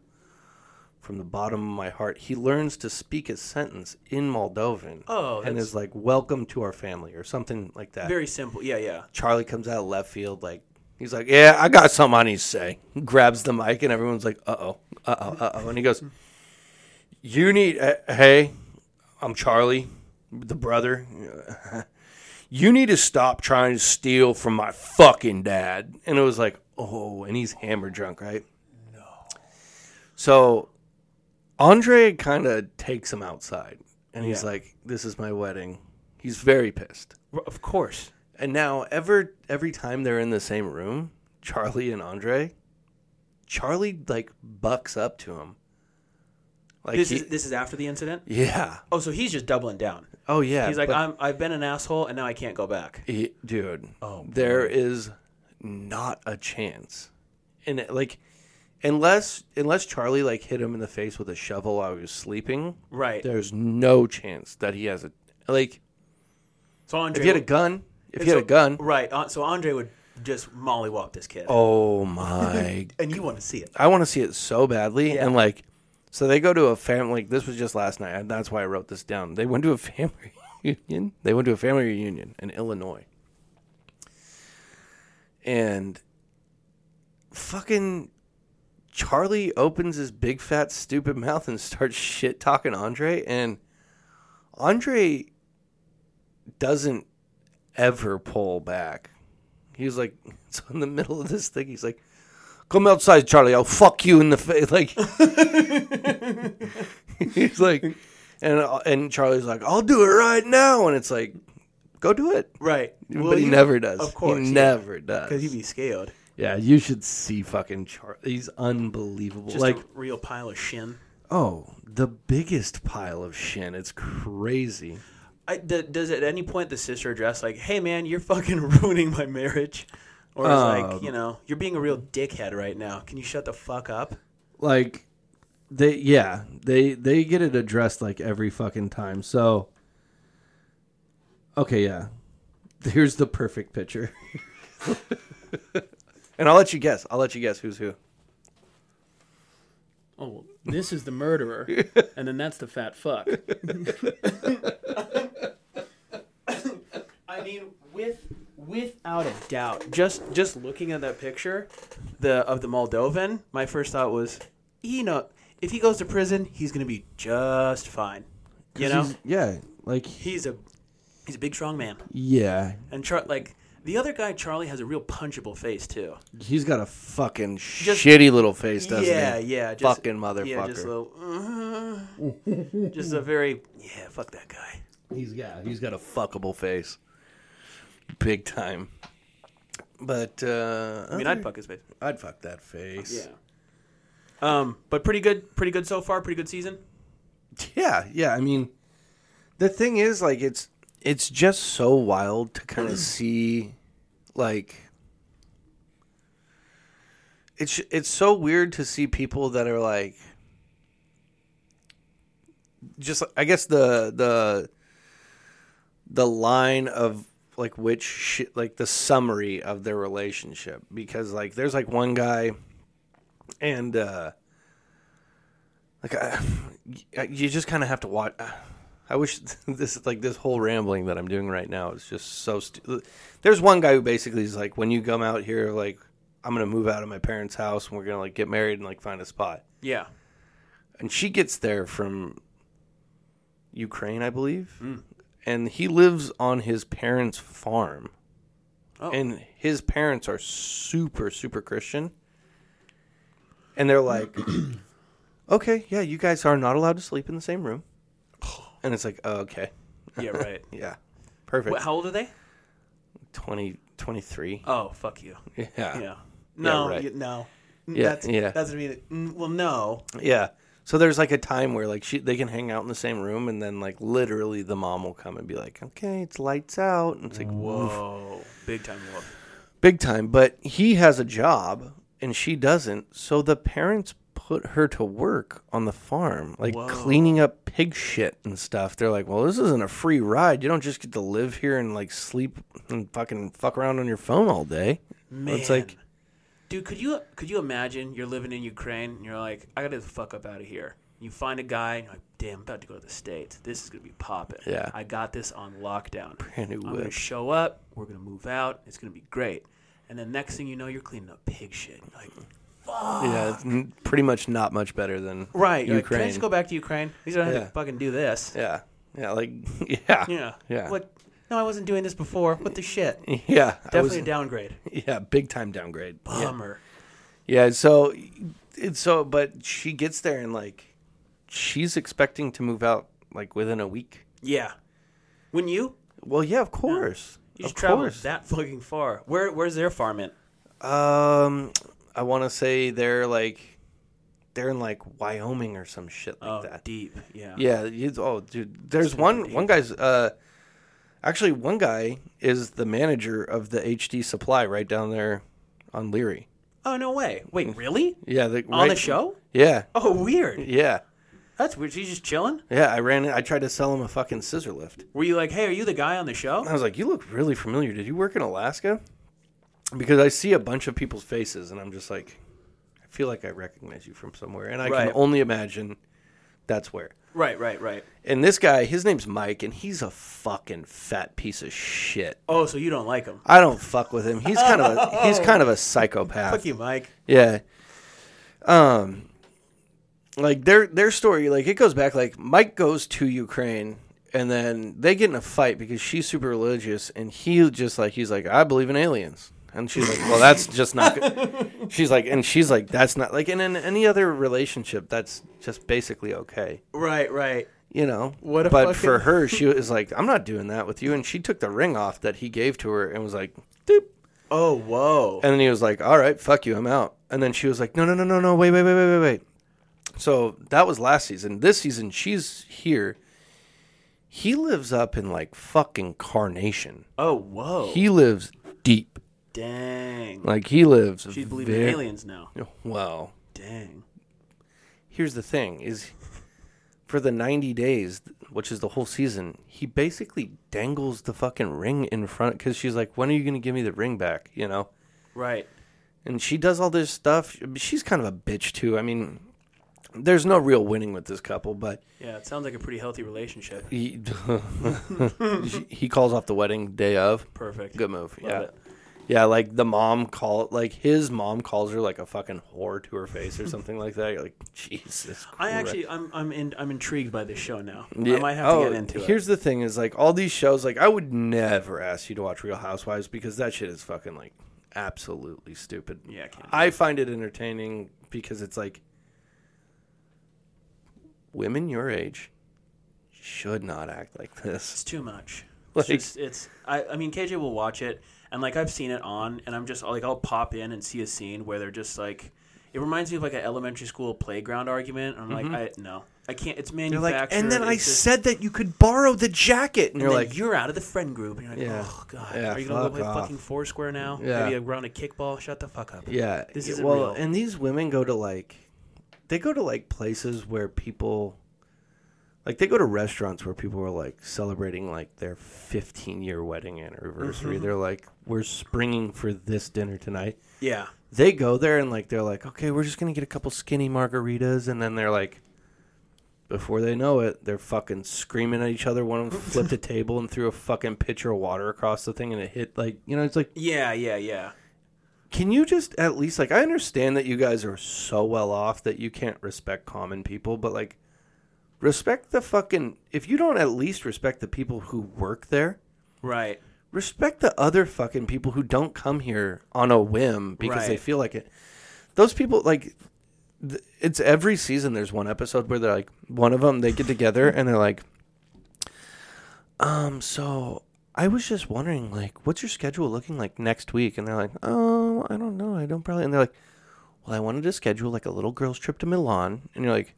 from the bottom of my heart, he learns to speak a sentence in Moldovan.
Oh,
and
that's-
is like, welcome to our family, or something like that.
Very simple. Yeah, yeah.
Charlie comes out of left field, like, he's like, yeah, I got something I need to say. Grabs the mic, and everyone's like, uh oh, uh oh, uh oh. And he goes, you need, uh, hey, I'm Charlie, the brother. You need to stop trying to steal from my fucking dad. And it was like, oh, and he's hammer drunk, right? No. So Andre kind of takes him outside, and he's
Yeah.
like, this is my wedding. He's very pissed.
Of course.
And now ever every time they're in the same room, Charlie and Andre, Charlie like bucks up to him. Like
This
he-
is this is after the incident.
yeah.
Oh, so he's just doubling down.
Oh yeah.
He's like,
but
I'm, I've been an asshole, and now I can't go back.
he- Oh, dude, there is not a chance. And it, like unless unless Charlie like hit him in the face with a shovel while he was sleeping,
Right.
there's no chance that he has a like
So Andre,
if he had a gun, if he
so-
had a gun.
right? uh, So Andre would just mollywop this kid.
Oh my
and you want to see it?
I want to see it so badly. And like, so they go to a family. Like, this was just last night, and that's why I wrote this down. They went to a family reunion. They went to a family reunion in Illinois, and fucking Charlie opens his big fat stupid mouth and starts shit talking Andre, and Andre doesn't ever pull back. He was like, so in the middle of this thing, he's like, come outside, Charlie. I'll fuck you in the face. Like he's like, and uh, and Charlie's like, I'll do it right now. And it's like, go do it.
Right.
but he never does.
Of course,
he
yeah.
never
because
does.
he'd be scared.
yeah, you should see fucking Charlie. He's unbelievable.
Just
like,
a real pile of shin.
oh, the biggest pile of shit. It's crazy.
I, d- does at any point the sister address like, "Hey man, you're fucking ruining my marriage," or is like, you know, you're being a real dickhead right now. Can you shut the fuck up?
like they yeah they they get it addressed like every fucking time so okay yeah here's the perfect picture and i'll let you guess i'll let you guess who's who
Oh, well, this is the murderer, and then that's the fat fuck.
I mean, with without a doubt, just just looking at that picture, the of the Moldovan, my first thought was, you know, if he goes to prison, he's gonna be just fine. You know,
yeah like
he's a he's a big strong man,
yeah
and Char- like the other guy, Charlie has a real punchable face too.
he's got a fucking
Just-
shitty little face doesn't
yeah,
he
yeah, just,
fucking motherfucker
Yeah, just a little, "Uh-huh." just a very yeah, fuck that guy.
He's yeah, he's got a fuckable face. Big time. But uh
I mean, I'd fuck his face.
I'd fuck that face.
Um, but pretty good, pretty good so far. Pretty good season.
Yeah, yeah. I mean, the thing is, like, it's it's just so wild to kind of see, like, it's it's so weird to see people that are like, just I guess the the the line of like which shit like the summary of their relationship because like there's like one guy and uh like I, you just kind of have to watch. I wish this like this whole rambling that I'm doing right now is just so. Stu- There's one guy who basically is like, when you come out here, like I'm gonna move out of my parents' house and we're gonna like get married and like find a spot.
Yeah.
And she gets there from Ukraine, I believe,
Hmm.
and he lives on his parents' farm.
Oh.
And his parents are super, super Christian. And they're like, okay, yeah, you guys are not allowed to sleep in the same room. And it's like, oh, okay.
Yeah, right.
Yeah. Perfect.
Wait, how old are they?
20, 23.
Oh, fuck you.
yeah.
Yeah. No,
right.
you- no.
Yeah,
that's,
yeah.
That's what I mean. Mm, Well, no.
Yeah. So there's like a time where like she they can hang out in the same room and then like literally the mom will come and be like, "Okay, it's lights out." And it's like, "Whoa,
Oh, big time love.
big time." But he has a job and she doesn't. So the parents put her to work on the farm, like cleaning up pig shit and stuff. They're like, "Well, this isn't a free ride. You don't just get to live here and like sleep and fucking fuck around on your phone all day." It's like,
dude, could you could you imagine you're living in Ukraine and you're like, I gotta get the fuck up out of here. You find a guy and you're like, damn, I'm about to go to the states. This is gonna be popping.
Yeah.
I got this on lockdown.
Brand new
I'm gonna
whip.
show up. We're gonna move out. It's gonna be great. And then next thing you know, you're cleaning up pig shit. You're Like,
yeah, it's n- pretty much not much better than
right? You're like, Can I
Ukraine.
just go back to Ukraine? These don't have
Yeah.
to fucking do this.
yeah. Yeah, like yeah.
Yeah.
Yeah.
What? No, I wasn't doing this before. What the shit?
Yeah, I
Definitely a downgrade.
was, yeah, big time downgrade.
Bummer.
Yeah, so it's so but she gets there and like she's expecting to move out like within a week.
Yeah. Wouldn't you?
Well, yeah, of course.
You just
of
traveled
course.
that fucking far. Where where's their farm in?
um I want to say they're like they're in like Wyoming or some shit like
Oh,
that.
deep. Yeah.
Yeah, you, oh dude, there's one one guy's uh actually one guy is the manager of the HD Supply right down there on Leary.
Oh no way. Wait, really?
Yeah, the,
On the
Mm. right-
show?
Yeah.
Oh, weird.
Yeah.
That's weird. She's just chilling.
Yeah, I ran. I tried to sell him a fucking scissor lift.
Were you like, hey, are you the guy on the show?
I was like, "You look really familiar. Did you work in Alaska?" Because I see a bunch of people's faces, and I'm just like, I feel like I recognize you from somewhere, and I
Right.
can only imagine that's where.
Right, right, right.
And this guy, his name's Mike, and he's a fucking fat piece of shit.
Oh, so you don't like him?
I don't fuck with him. He's kind of a he's kind of a psychopath.
Fuck you, Mike.
Yeah. Um like their their story like it goes back like Mike goes to Ukraine and then they get in a fight because she's super religious and he just like he's like I believe in aliens. And she's like, "Well, that's just not good." She's like and she's like, "That's not like and in any other relationship, that's just basically okay."
Right, right.
You know.
What a
but
fucking-
for her, she was like, "I'm not doing that with you." And she took the ring off that he gave to her and was like, "Doop."
Oh, whoa.
And then he was like, "All right, fuck you, I'm out." And then she was like, "No, no, no, no, no, wait, wait, wait, wait, wait, wait." So that was last season. This season, she's here. He lives up in like fucking Carnation.
Oh, whoa.
He lives deep.
Dang.
Like he lives.
She's believing in
ve-
aliens now.
Well,
Dang.
here's the thing: is for the ninety days, which is the whole season, he basically dangles the fucking ring in front because she's like, "When are you gonna give me the ring back?" You know.
Right.
and she does all this stuff. She's kind of a bitch too. I mean, there's no real winning with this couple, but
Yeah, it sounds like a pretty healthy relationship.
he, he calls off the wedding day of.
Perfect.
Good move.
Love
yeah.
it.
Yeah, like the mom call like his mom calls her like a fucking whore to her face or something like that. You're like, Jesus Christ.
I actually, I'm, I'm, in, I'm intrigued by this show now. I
Yeah.
might have to
Oh,
get into it.
Here's the thing is like all these shows, like I would never ask you to watch Real Housewives because that shit is fucking like absolutely stupid.
Yeah, I can't do
I find it entertaining because it's like women your age should not act like this.
It's too much.
Like-
it's just, it's. I, I mean, KJ will watch it, and like I've seen it on, and I'm just like I'll pop in and see a scene where they're just like. It reminds me of like an elementary school playground argument. and I'm like, I no, I can't. It's
Mm-hmm. You're
manufactured.
like, and then I
it's just-
said that you could borrow the jacket, and
and
you're
then
like,
you're out of the friend group, and you're like,
Yeah.
oh god,
Yeah,
are you gonna
fuck
go play
off.
fucking foursquare now?
Yeah.
Maybe around a kickball. Shut the fuck up.
Yeah.
This
yeah,
isn't
well,
real.
and these women go to like, they go to like places where people, like they go to restaurants where people are like celebrating like their 15 year wedding anniversary.
Mm-hmm.
They're like, we're springing for this dinner tonight.
yeah,
They go there and like they're like, okay, we're just gonna get a couple skinny margaritas, and then they're like. Before they know it, they're fucking screaming at each other. One of them flipped a table and threw a fucking pitcher of water across the thing, and it hit like you know. It's like
yeah, yeah, yeah.
can you just at least like I understand that you guys are so well off that you can't respect common people, but like Respect the fucking. If you don't at least respect the people who work there,
Right.
respect the other fucking people who don't come here on a whim because they
Right.
feel like it. Those people like th- it's every season there's one episode where they're like one of them they get together and they're like um so I was just wondering like what's your schedule looking like next week and they're like oh I don't know I don't probably and they're like well I wanted to schedule like a little girls trip to Milan and you're like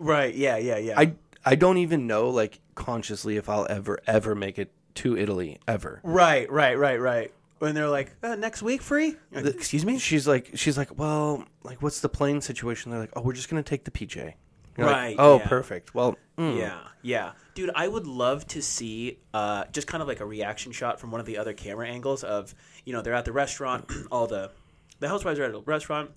Right. Yeah. Yeah. Yeah.
I I don't even know like consciously if I'll ever ever make it to Italy ever
right. Right. Right. Right. When they're like uh, next week free. You're like,
The-
Excuse me.
She's like, she's like, well, like, what's the plane situation? They're like, oh, we're just gonna take the PJ. You're like,
Right,
oh,
yeah.
perfect. Well, mm,
Yeah, yeah, dude. I would love to see uh, just kind of like a reaction shot from one of the other camera angles of you know they're at the restaurant, all the the housewives are at a restaurant.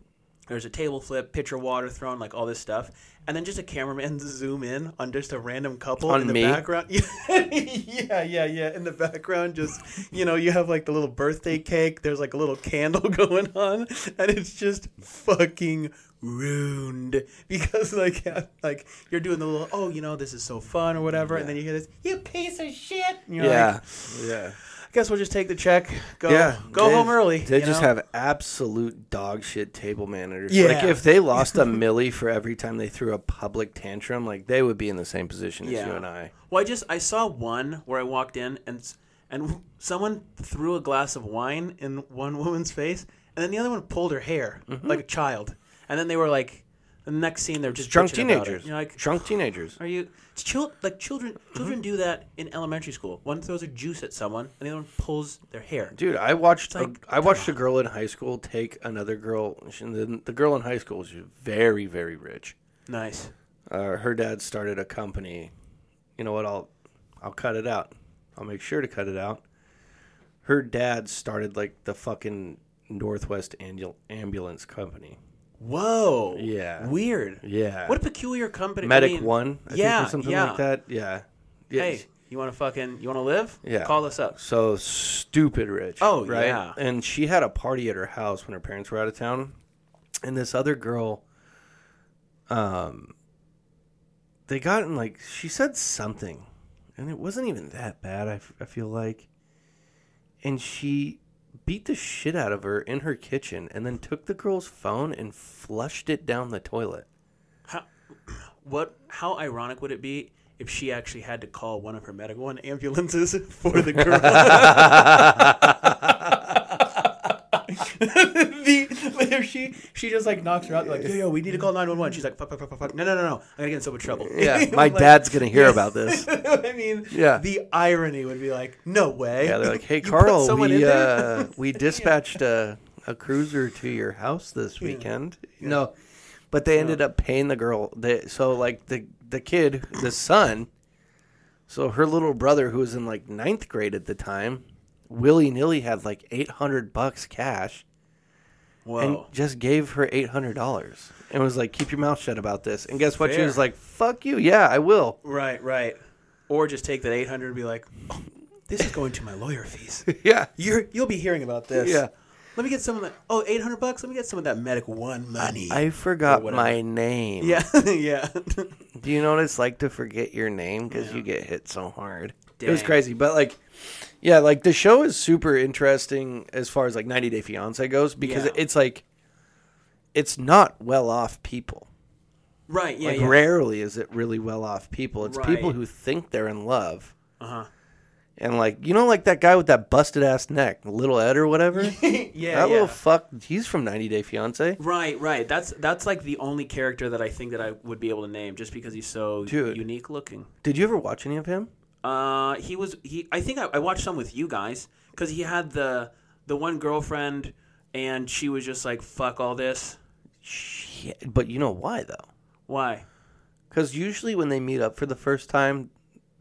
There's a table flip, pitcher of water thrown, like all this stuff, and then just a cameraman zoom in on just a random couple
On
in the
me?
background. yeah, yeah, yeah. In the background, just you know, you have like the little birthday cake. There's like a little candle going on, and it's just fucking ruined because like like you're doing the little oh you know this is so fun or whatever, and then you hear this you piece of shit. And you're
yeah,
like, I guess we'll just take the check. Go
yeah.
go
They-
home early.
They
you
just
know?
have absolute dog shit table managers.
Yeah.
Like if they lost a millie for every time they threw a public tantrum, like they would be in the same position as you and I.
Well, I just I saw one where I walked in and s- and someone threw a glass of wine in one woman's face, and then the other one pulled her hair
Mm-hmm.
like a child, and then they were like, the next scene they're just
Drunk
bitching about it.
teenagers. Mm-hmm.
You're like,
Drunk teenagers.
are you it's chil- like children? Children do that in elementary school. One throws a juice at someone, and the other one pulls their hair.
Dude, I watched
like,
a, I watched a girl in high school take another girl. She, the, the girl in high school was very very rich.
Nice.
uh, her dad started a company. You know what? I'll I'll cut it out. I'll make sure to cut it out. Her dad started like the fucking Northwest Ambul- ambulance company.
Whoa.
Yeah.
Weird.
Yeah.
What a peculiar company. I
Medic
mean,
One, I
yeah.
think, or something
yeah.
like that. Yeah. Yes.
Hey, you want to fucking you want to live?
Yeah.
Call us up.
So stupid rich.
Oh,
right?
yeah.
And she had a party at her house when her parents were out of town, and this other girl, um, they got in like she said something, and it wasn't even that bad. I, f- I feel like, and she beat the shit out of her in her kitchen, and then took the girl's phone and flushed it down the toilet.
What? How ironic would it be if she actually had to call one of her Medic One ambulances for the girl? the, like, if she she just like knocks her out like yo yo we need to call nine one one. She's like fuck fuck fuck fuck fuck no no no no I'm gonna get in so much trouble.
Yeah, my
Like-
dad's gonna hear about this.
I mean,
Yeah.
the irony would be like no way.
Yeah, they're like, "Hey,
You put
Carl,
someone in
we
there?"
uh, we dispatched a a cruiser to your house this weekend." No, but they ended up paying the girl. They, so like the the kid, the son, so her little brother who was in like ninth grade at the time, willy nilly had like eight hundred bucks cash and
Whoa.
just gave her eight hundred dollars and was like, "Keep your mouth shut about this." And guess what? She
Fair.
was like, "Fuck you, yeah, I will."
right, right. Or just take that eight hundred and be like, oh, this is going to my lawyer fees.
Yeah,
You're you'll be hearing about this.
yeah.
Let me get some of that. Oh, 800 bucks? Let me get some of that Medic One money.
I forgot
whatever.
my name.
yeah, yeah.
Do you know what it's like to forget your name because you get hit so hard? It was
Dang.
crazy, but like, yeah, like the show is super interesting as far as like 90 Day Fiance goes because
Yeah.
it's like, it's not well off people.
right, yeah,
Like
yeah.
rarely is it really well off people. It's people
Right.
who think they're in love.
Uh-huh.
And like you know, like that guy with that busted ass neck, little Ed or whatever.
yeah,
that
yeah.
little fuck, he's from 90 Day Fiance.
right, right. That's that's like the only character that I think that I would be able to name just because he's so
Dude.
unique looking.
Did you ever watch any of him?
Uh, he was he. I think I, I watched some with you guys because he had the the one girlfriend and she was just like fuck all this.
Shit, but you know why though?
Why?
Because usually when they meet up for the first time,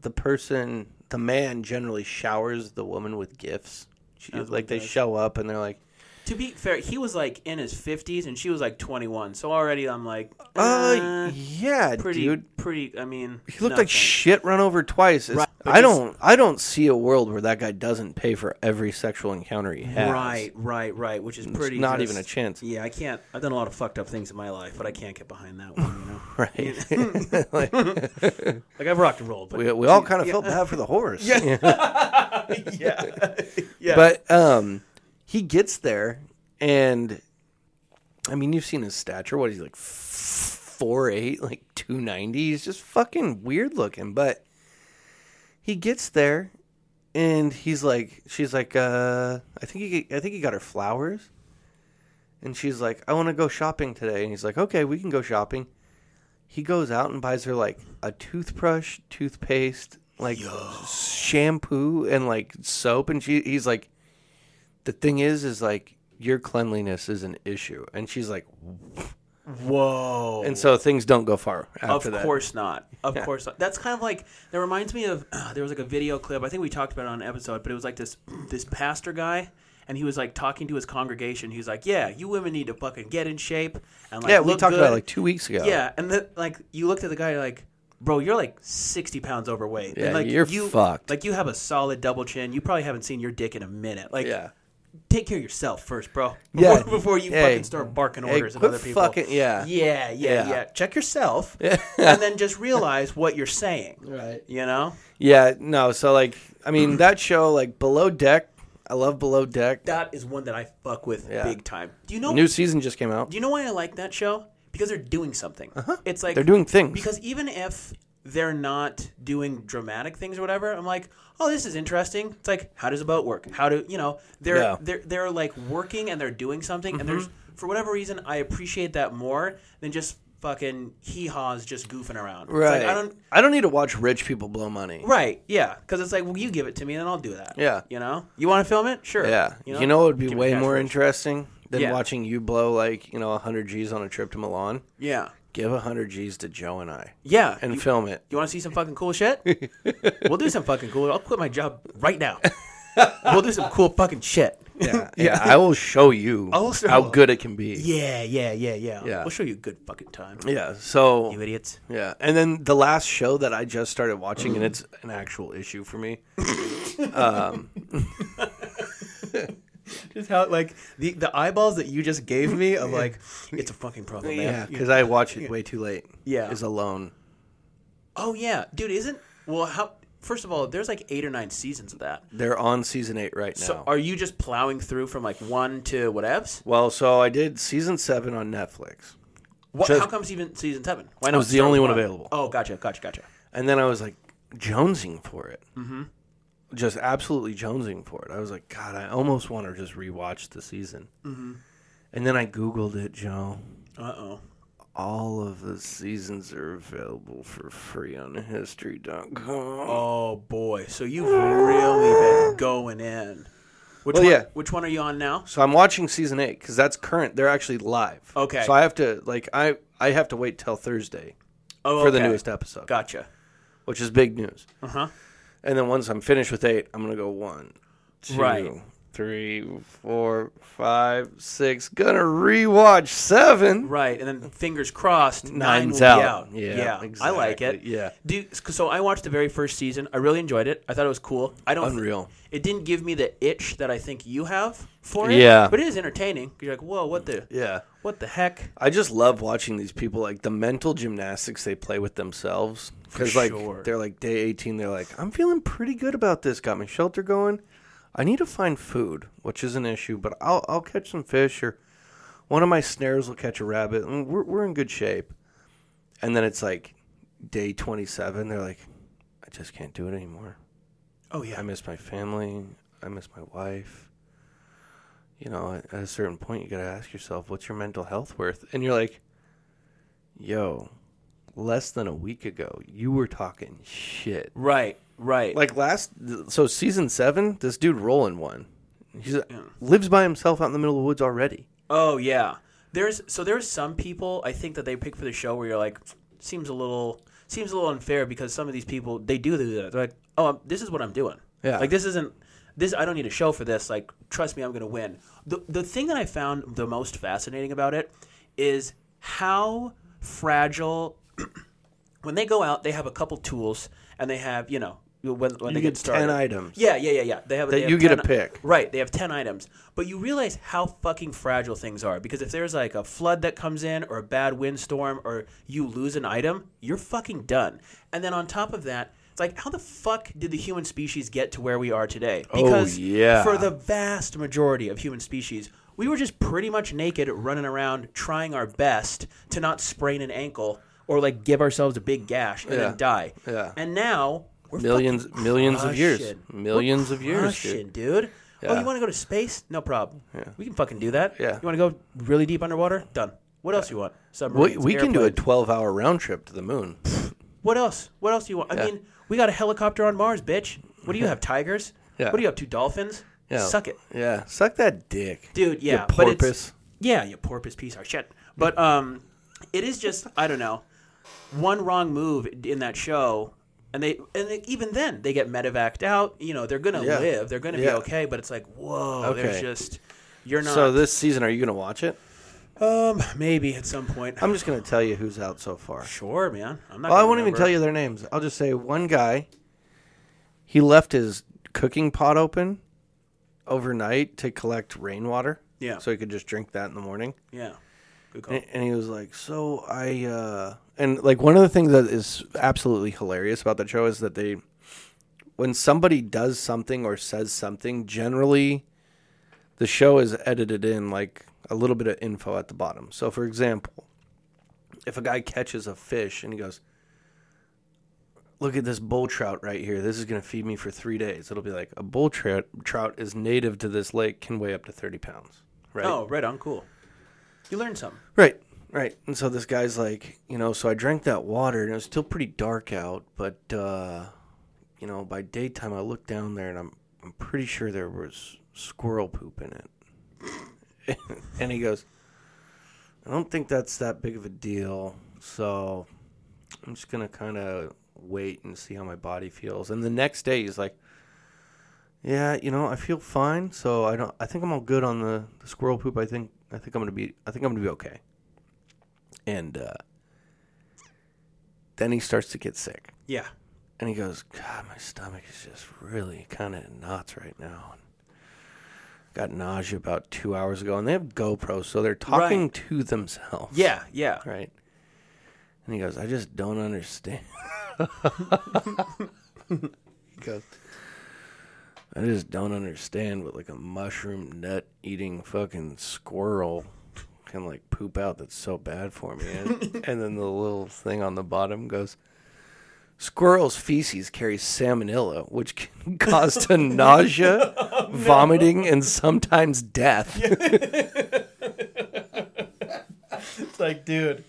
the person, the man, generally showers the woman with gifts. She,
That's what
like
it
they
Oh, does.
show up and they're like,
To be fair, he was like in his fifties and she was like twenty one. So already I'm like,
"Uh,
uh,
yeah,
pretty,
dude."
pretty. I mean,
He looked
no,
like
thanks.
shit run over twice. It's-
Right, but
I
just-
don't, I don't see a world where that guy doesn't pay for every sexual encounter he has.
Right, right, right. Which is pretty.
not
just-
even a chance.
Yeah, I can't. I've done a lot of fucked up things in my life, but I can't get behind that one. You know.
right.
Like I've rocked and rolled, but
we, we all kind of felt bad for the horse. Yeah.
yeah, yeah.
But um, he gets there, and I mean, you've seen his stature. What is he like? Four eight, like two ninety. He's just fucking weird looking. But he gets there, and he's like, she's like, uh, I think he, I think he got her flowers, and she's like, I want to go shopping today, and he's like, okay, we can go shopping. He goes out and buys her like a toothbrush, toothpaste, like shampoo and like soap, and she, he's like, the thing is, is like your cleanliness is an issue, and she's like,
whoa.
and so things don't go far
Of
after that.
course not. Of course not. That's kind of like that reminds me of there was like a video clip. I think we talked about it on an episode, but it was like this this pastor guy, and he was like talking to his congregation. He's like, "Yeah, you women need to fucking get in shape." And like,
Yeah, we
look
talked about it
good."
like two weeks ago.
Yeah, and then like you looked at the guy you're like, bro, you're like sixty pounds overweight.
Yeah,
and, like,
you're
you,
fucked.
Like you have a solid double chin. You probably haven't seen your dick in a minute. Like,
Yeah.
take care of yourself first, bro.
Yeah.
Before, before you
Hey.
fucking start barking
Hey,
orders at
quit
other people.
fucking- yeah.
yeah, yeah,
Yeah.
yeah, Check yourself, and then just realize what you're saying.
Right.
You know,
Yeah, no. So like, I mean, that show, like Below Deck, I love Below Deck.
that is one that I fuck with
Yeah.
big time. Do you know?
New season just came out.
do you know why I like that show? Because they're doing something. It's like
Uh-huh. They're doing things.
because even if they're not doing dramatic things or whatever, I'm like, oh, this is interesting. It's like, how does a boat work? How do you know? They're
Yeah. Mm-hmm.
they're they're like working and they're doing something, and there's for whatever reason I appreciate that more than just fucking hee haws just goofing around. It's
right.
like, I don't.
I don't need to watch rich people blow money.
Right. Yeah. Because it's like, well, you give it to me, then I'll do that.
Yeah.
You know. You want to film it? Sure.
Yeah. You know, what would be
Give me
way
cash
more
flows.
interesting than
Yeah.
watching you blow like you know hundred G's on a trip to Milan?
Yeah.
Give hundred G's to Joe and I
Yeah.
and
you,
film it.
you want to see some fucking cool shit? we'll do some fucking cool. I'll quit my job right now. we'll do some cool fucking shit.
Yeah, yeah. I will show you
I'll show-
how good it can be.
Yeah, yeah, yeah, yeah.
Yeah.
We'll show you a good fucking time.
Yeah, So
You idiots.
Yeah, and then the last show that I just started watching,
Mm.
and it's an actual issue for me.
Just how like the the eyeballs that you just gave me of like it's a fucking problem, man.
Yeah, because I watch it way too late.
Yeah.
is Alone.
Oh yeah. Dude, isn't well how first of all, there's like eight or nine seasons of that.
They're on season eight right now.
So are you just plowing through from like one to whatevs?
well, so I did season seven on Netflix,
What,
Just-
how comes even season seven? Why not?
was the
start
only
with
one available.
Oh, gotcha, gotcha, gotcha.
and then I was like jonesing for it. Mm-hmm. Just absolutely jonesing for it. I was like, God, I almost want to just rewatch the season. Mm-hmm. And then I googled it, Joe.
Uh oh.
All of the seasons are available for free on history.com.
Oh boy. So you've really been going in. Which
Well,
one,
yeah.
Which one are you on now?
So I'm watching season eight because that's current. They're actually live.
Okay.
So I have to like I I have to wait till Thursday
Oh,
for the
okay.
newest episode,
Gotcha.
which is big news.
Uh huh.
And then once I'm finished with eight, I'm gonna go one, two,
Right.
three, four, five, six. Gonna rewatch seven.
Right, and then fingers crossed, nine
Nine's
will
out.
be out.
Yeah,
I like it.
exactly. Yeah.
Do, so I watched the very first season. I really enjoyed it. I thought it was cool. I don't.
Unreal.
it didn't give me the itch that I think you have for it.
Yeah.
But it is entertaining. 'cause You're like, whoa, what the,
Yeah.
what the heck?
I just love watching these people like the mental gymnastics they play with themselves because like
sure.
they're like day 18 they're like I'm feeling pretty good about this got my shelter going I need to find food which is an issue but I'll I'll catch some fish or one of my snares will catch a rabbit and we're we're in good shape and then it's like day 27 they're like I just can't do it anymore
Oh yeah.
I miss my family. I miss my wife. You know, at at a certain point, you got to ask yourself, what's your mental health worth? And you're like, yo, less than a week ago, you were talking shit.
right. Right.
Like last, so season seven, this dude Roland won. He lives by himself out in the middle of the woods already.
Oh yeah. There's so there's some people I think that they pick for the show where you're like seems a little seems a little unfair because some of these people they do do that. They're like, "Oh, I'm, this is what I'm doing."
Yeah.
Like this isn't this I don't need a show for this. Like trust me, I'm going to win. The the thing that I found the most fascinating about it is how fragile when they go out, they have a couple tools and they have, you know, when when they
get
get started.
10 items.
Yeah, yeah, yeah, yeah. They have
That
they have
you get a
10
pick.
Right, they have ten items, but you realize how fucking fragile things are because if there's like a flood that comes in or a bad windstorm or you lose an item, you're fucking done. And then on top of that. It's like how the fuck did the human species get to where we are today? Because
Oh, yeah.
for the vast majority of human species, we were just pretty much naked running around trying our best to not sprain an ankle or like give ourselves a big gash and
Yeah.
then die.
Yeah.
And now we're
Millions-
fucking
millions of years.
crushing. We're
Millions of years, dude.
crushing, dude. Oh, you want to go to space? No problem. We can fucking do that.
Yeah.
You want to go really deep underwater? Done. What else you want?
We,
Submarines.
we can do a
airplanes.
12 hour round trip to the moon.
What else? What else do you want? I mean, we got a helicopter on Mars, bitch. What do you have? Tigers?
Yeah.
What do you have? Two dolphins?
Yeah.
Suck it.
Yeah. Suck that dick.
dude. Yeah,
You
but it's-
porpoise.
yeah, you porpoise piece of shit. But um, it is just I don't know, one wrong move in that show, and they and they, even then they get medevaced out. You know they're gonna
Yeah.
live, they're gonna
Yeah.
be okay. But it's like whoa, there's
Okay.
just you're not.
So this season, are you going to watch it?
um maybe at some point.
I'm just going to tell you who's out so far.
sure, man. I'm not.
Well, I
gonna
won't even
remember.
tell you their names. I'll just say one guy. He left his cooking pot open overnight to collect rainwater.
Yeah.
So he could just drink that in the morning.
Yeah, good call.
And, and he was like, "So I uh and like one of the things that is absolutely hilarious about that show is that they when somebody does something or says something, generally the show is edited in like a little bit of info at the bottom. So for example, if a guy catches a fish and he goes, "Look at this bull trout right here. This is going to feed me for 3 days." It'll be like, "A bull trout trout is native to this lake can weigh up to 30 pounds." Right?
Oh, right on. Cool. You learned something.
Right, right. And so this guy's like, you know, so I drank that water and it was still pretty dark out, but uh, you know, by daytime I looked down there and I'm I'm pretty sure there was squirrel poop in it. and he goes, I don't think that's that big of a deal, so I'm just gonna kind of wait and see how my body feels. And the next day he's like. Yeah, you know, I feel fine, so I don't. I think I'm all good on the, the squirrel poop. I think I think I'm gonna be. I think I'm gonna be okay. And uh, then he starts to get sick,
Yeah.
and he goes, "God, my stomach is just really kind of knots right now." Got nausea about two hours ago, and they have GoPros, so they're talking
Right.
to themselves.
Yeah. Yeah.
Right. And he goes, I just don't understand. he goes, I just don't understand what like a mushroom nut eating fucking squirrel can like poop out that's so bad for me. And, and then the little thing on the bottom goes, Squirrel's feces carries salmonella, which can cause to nausea, vomiting, and sometimes death.
It's like, dude,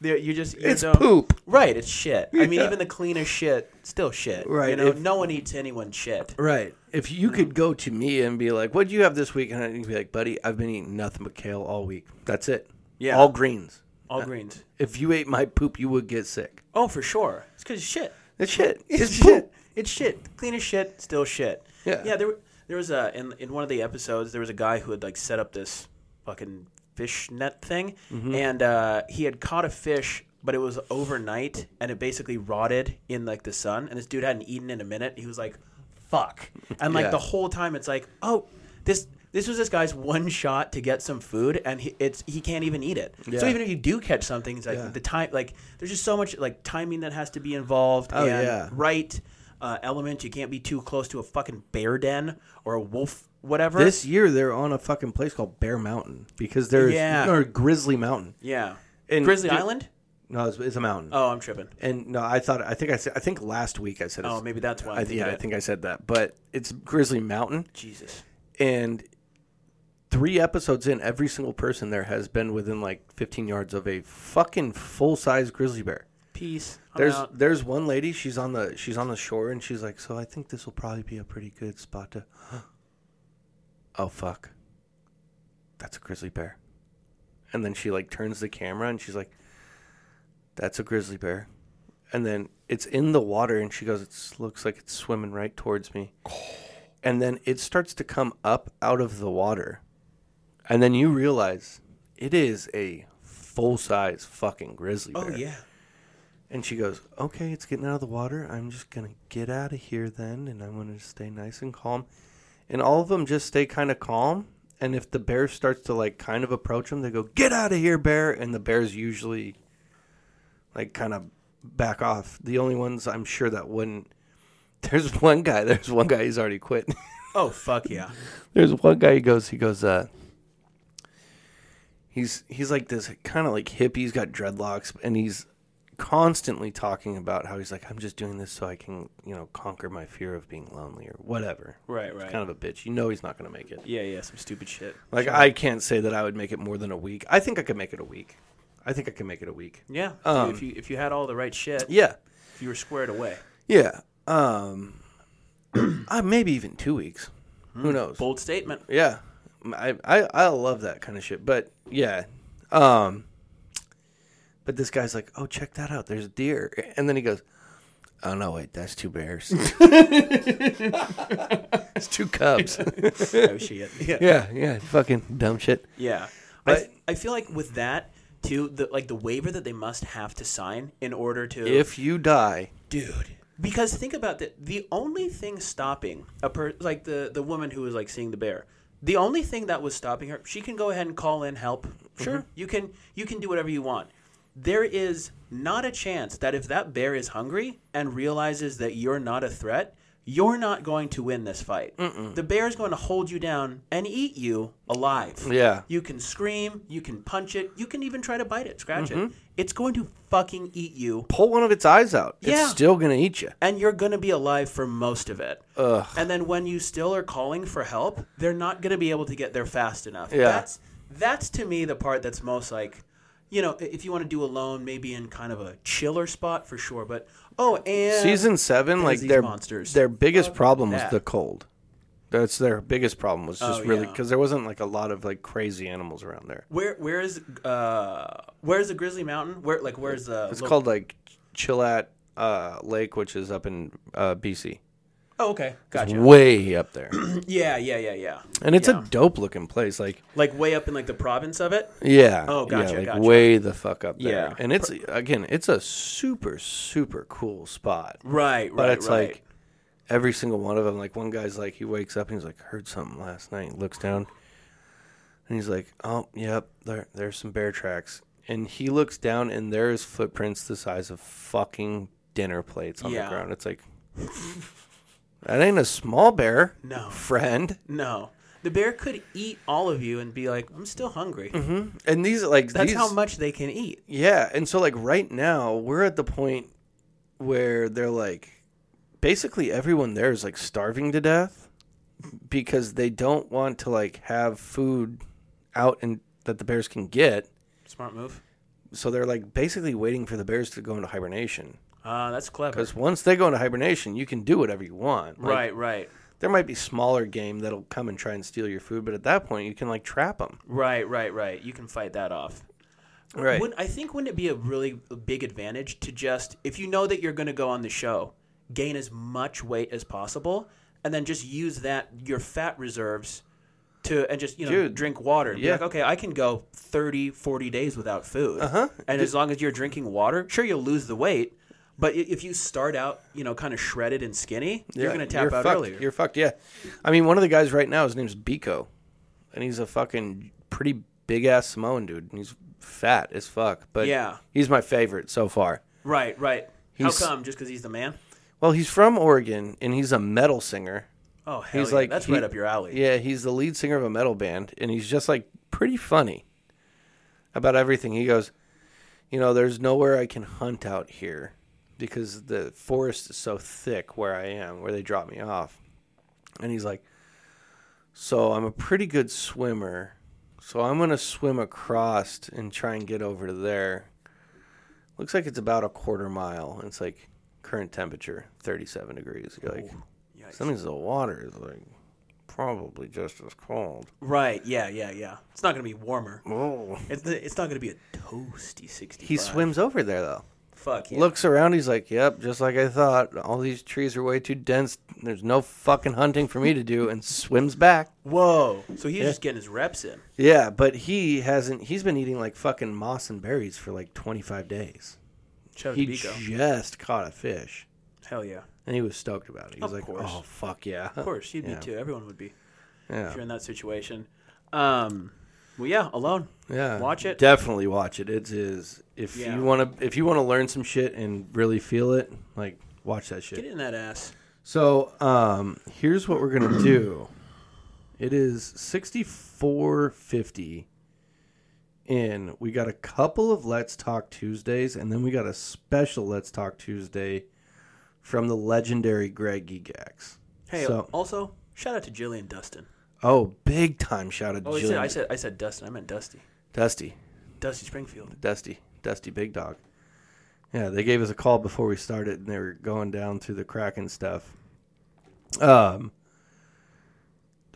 there- you just you
It's
don't-
poop.
Right, it's shit. I mean,
Yeah.
even the cleanest shit, still shit.
Right,
You know,
if-
no one eats anyone's shit.
Right. If you could go to me and be like, "What'd you have this week?" and I'd be like, "Buddy, I've been eating nothing but kale all week. That's it.
Yeah.
all greens.
All greens.
If you ate my poop, you would get sick.
Oh, for sure. It's because shit.
It's shit. It's
shit.
shit.
It's shit. Clean as shit, still shit.
Yeah.
Yeah. There, were- there was a in in one of the episodes there was a guy who had like set up this fucking fish net thing,
Mm-hmm.
and uh, he had caught a fish, but it was overnight and it basically rotted in like the sun, and this dude hadn't eaten in a minute. He was like, "Fuck!" And like
Yeah.
the whole time, it's like, "Oh, this." This was this guy's one shot to get some food, and he, it's he can't even eat it. So
Yeah.
even if you do catch something, it's like the time, like there's just so much like timing that has to be involved
Oh,
and
yeah.
right uh, element. You can't be too close to a fucking bear den or a wolf, whatever.
This year they're on a fucking place called Bear Mountain because there's
Yeah.
or Grizzly Mountain.
yeah,
And
Grizzly
dude-
Island.
No, it's, it's a mountain.
Oh, I'm tripping.
And no, I thought I think I said I think last week I said.
Oh,
it's-
maybe that's why.
I,
I'm
yeah, I think I said that, but it's Grizzly Mountain.
Jesus.
and three episodes in, every single person there has been within like 15 yards of a fucking full size grizzly bear.
Peace. I'm
There's
out.
there's one lady. She's on the she's on the shore and she's like, so I think this will probably be a pretty good spot to. Oh fuck, that's a grizzly bear. And then she like turns the camera and she's like, that's a grizzly bear. And then it's in the water and she goes, it looks like it's swimming right towards me. And then it starts to come up out of the water, and then you realize it is a full size fucking grizzly bear
Oh yeah.
And she goes, "Okay, it's getting out of the water. I'm just gonna get out of here then, and I'm gonna stay nice and calm." And all of them just stay kind of calm. And if the bear starts to like kind of approach them, they go, "Get out of here, bear!" And the bears usually like kind of back off. The only ones I'm sure that wouldn't. There's one guy. There's one guy. He's already quit.
Oh fuck yeah.
There's one guy. He goes. He goes. Uh, he's he's like this kind of like hippie. He's got dreadlocks, and he's constantly talking about how he's like, I'm just doing this so I can you know conquer my fear of being lonely or whatever.
Right,
He's
right.
kind of a bitch. You know he's not gonna make it.
Yeah, yeah, some stupid shit.
Like I can't say that I would make it more than a week. I think I could make it a week. I think I could make it a week.
Yeah. if you if you had all the right shit,
um, Yeah.
if you were squared away.
Yeah. Um, uh, maybe even two weeks.
Hmm.
Who knows?
Bold statement.
Yeah, I, I I love that kind of shit. But yeah, um, but this guy's like, oh, check that out. There's a deer, and then he goes, oh no, wait, that's two bears. it's two cubs.
Oh shit. Yeah.
yeah, yeah, fucking dumb shit.
Yeah. I, I feel like with that too, the like the waiver that they must have to sign in order to
If you die,
dude because think about that the only thing stopping a per like the the woman who was like seeing the bear the only thing that was stopping her she can go ahead and call in help sure you can you can do whatever you want there is not a chance that if that bear is hungry and realizes that you're not a threat you're not going to win this fight. The bear is going to hold you down and eat you alive.
Yeah.
You can scream, you can punch it, you can even try to bite it, scratch it. It's going to fucking eat you
pull one of its eyes out.
Yeah.
It's still gonna eat you.
and you're going to be alive for most of it. Ugh. And then when you still are calling for help, they're not going to be able to get there fast enough.
Yeah.
That's that's to me the part that's most like, you know, i- if you want to do alone, maybe in kind of a chiller spot for sure. But oh, and
Season seven, like
these
their
monsters.
their biggest problem was
that.
the cold. That's their biggest problem was just
Oh,
really
yeah.
because there wasn't like a lot of like crazy animals around there.
where where is uh where is the Grizzly Mountain? Where like where's the
It's called like Chillat uh, Lake, which is up in uh, BC.
Oh, okay, gotcha.
Way up there,
Yeah, yeah, yeah, yeah.
and it's
Yeah.
a dope looking place. Like,
like way up in like the province of it.
yeah,
Oh, gotcha,
yeah, like
gotcha.
way the fuck up there.
Yeah.
and it's again, it's a super super cool spot.
Right, right,
But it's
right.
like every single one of them. Like one guy's like, he wakes up and he's like, heard something last night. He looks down, and he's like, oh, yep, there, there's some bear tracks. And he looks down, and there is footprints the size of fucking dinner plates on
Yeah.
the ground. It's like that ain't a small bear,
No.
friend.
no. The bear could eat all of you and be like, "I'm still hungry."
Mm-hmm. And these like
That's
these,
how much they can eat.
Yeah, and so like right now we're at the point where they're like basically everyone there is like starving to death because they don't want to like have food out and that the bears can get.
Smart move.
So they're like basically waiting for the bears to go into hibernation.
Uh, that's clever.
Because once they go into hibernation, you can do whatever you want. Like,
right, right,
There might be smaller game that'll come and try and steal your food, but at that point you can like trap them.
right, right, right. You can fight that off.
Right.
Wouldn't- I think wouldn't it be a really big advantage to just if you know that you're going to go on the show, gain as much weight as possible, and then just use that your fat reserves to and just you know
Dude.
drink water. And Be
Yeah.
like, okay, I can go 30, 40 days without food, uh-huh. and as long as you're drinking water, sure you'll lose the weight. But i- if you start out, you know, kind of shredded and skinny, you're
Yeah,
going to tap
you're
out
fucked.
earlier.
You're fucked. Yeah, I mean, one of the guys right now, his name's Biko, and he's a fucking pretty big ass Samoan dude, and he's fat as fuck. But
Yeah.
he's my favorite so far.
Right, right.
He's-
How come? Just because he's the man?
Well, he's from Oregon, and he's a metal singer.
Oh, hell
he's
yeah.
like
that's
he-
right up your alley.
Yeah, he's the lead singer of a metal band, and he's just like pretty funny about everything. He goes, you know, there's nowhere I can hunt out here because the forest is so thick where I am, where they drop me off. And he's like, so I'm a pretty good swimmer, so I'm gonna swim across and try and get over to there. Looks like it's about a quarter mile. It's like current temperature, 37 degrees. You're like, that means the water is like probably just as cold.
Right. Yeah. Yeah. Yeah. It's not going to be warmer.
Oh.
It's, it's not going to be a toasty sixty.
He swims over there though.
Fuck. Yeah.
Looks around, he's like, "Yep, just like I thought. All these trees are way too dense. There's no fucking hunting for me to do." And swims back.
Whoa. So he's just getting his reps in.
Yeah, but he hasn't. He's been eating like fucking moss and berries for like 25 days.
Chubby
He
Bico.
just caught a fish,
Hell yeah.
and he was stoked about it. He was
Of
like,
course.
"Oh fuck yeah!"
Of course, you'd be too. Everyone would be
Yeah.
if you're in that situation. Um, well, yeah, alone.
Yeah,
Watch it.
Definitely watch it. It is if
Yeah.
you want to if you want to learn some shit and really feel it, like watch that
Get
shit.
in that ass.
So um, here's what we're gonna do. It is sixty four fifty. In we got a couple of Let's Talk Tuesdays, and then we got a special Let's Talk Tuesday from the legendary Greg Gigax.
Hey,
So-
also shout out to Jillian Dustin.
Oh, big time shout out to
Oh, I
Jillian.
said, I said I said Dustin. I meant Dusty.
Dusty.
Dusty Springfield.
Dusty, Dusty Big Dog. Yeah, they gave us a call before we started, and they were going down through the crack and stuff. Um,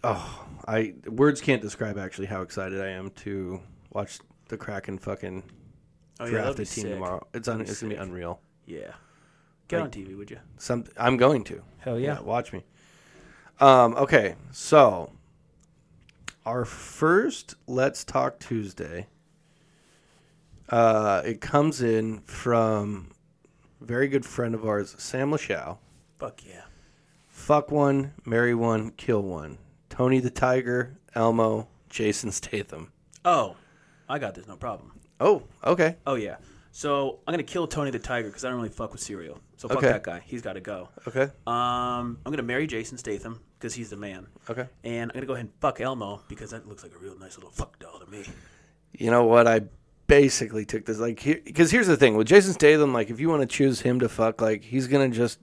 oh, I words can't describe actually how excited I am to watch the Kraken fucking
Oh yeah, that'd
draft
be
a team
sick.
tomorrow. It's un,
That'd be
it's gonna be
sick.
unreal.
Yeah. Get on TV, would you?
Some I'm going to.
Hell
watch me. Um, okay, so our first Let's Talk Tuesday. Uh, it comes in from a very good friend of ours, Sam Lashow.
Fuck yeah.
Fuck one, marry one, kill one. Tony the Tiger, Elmo, Jason Statham.
Oh, I got this. No problem.
Oh, okay.
Oh yeah. So I'm gonna kill Tony the Tiger because I don't really fuck with cereal. So fuck
Okay.
that guy. He's got to go.
Okay.
Um, I'm gonna marry Jason Statham because he's the man.
Okay.
And I'm gonna go ahead and fuck Elmo because that looks like a real nice little fuck doll to me.
you know what i basically took this like because here's the thing with jason statham like if you want to choose him to fuck like he's gonna just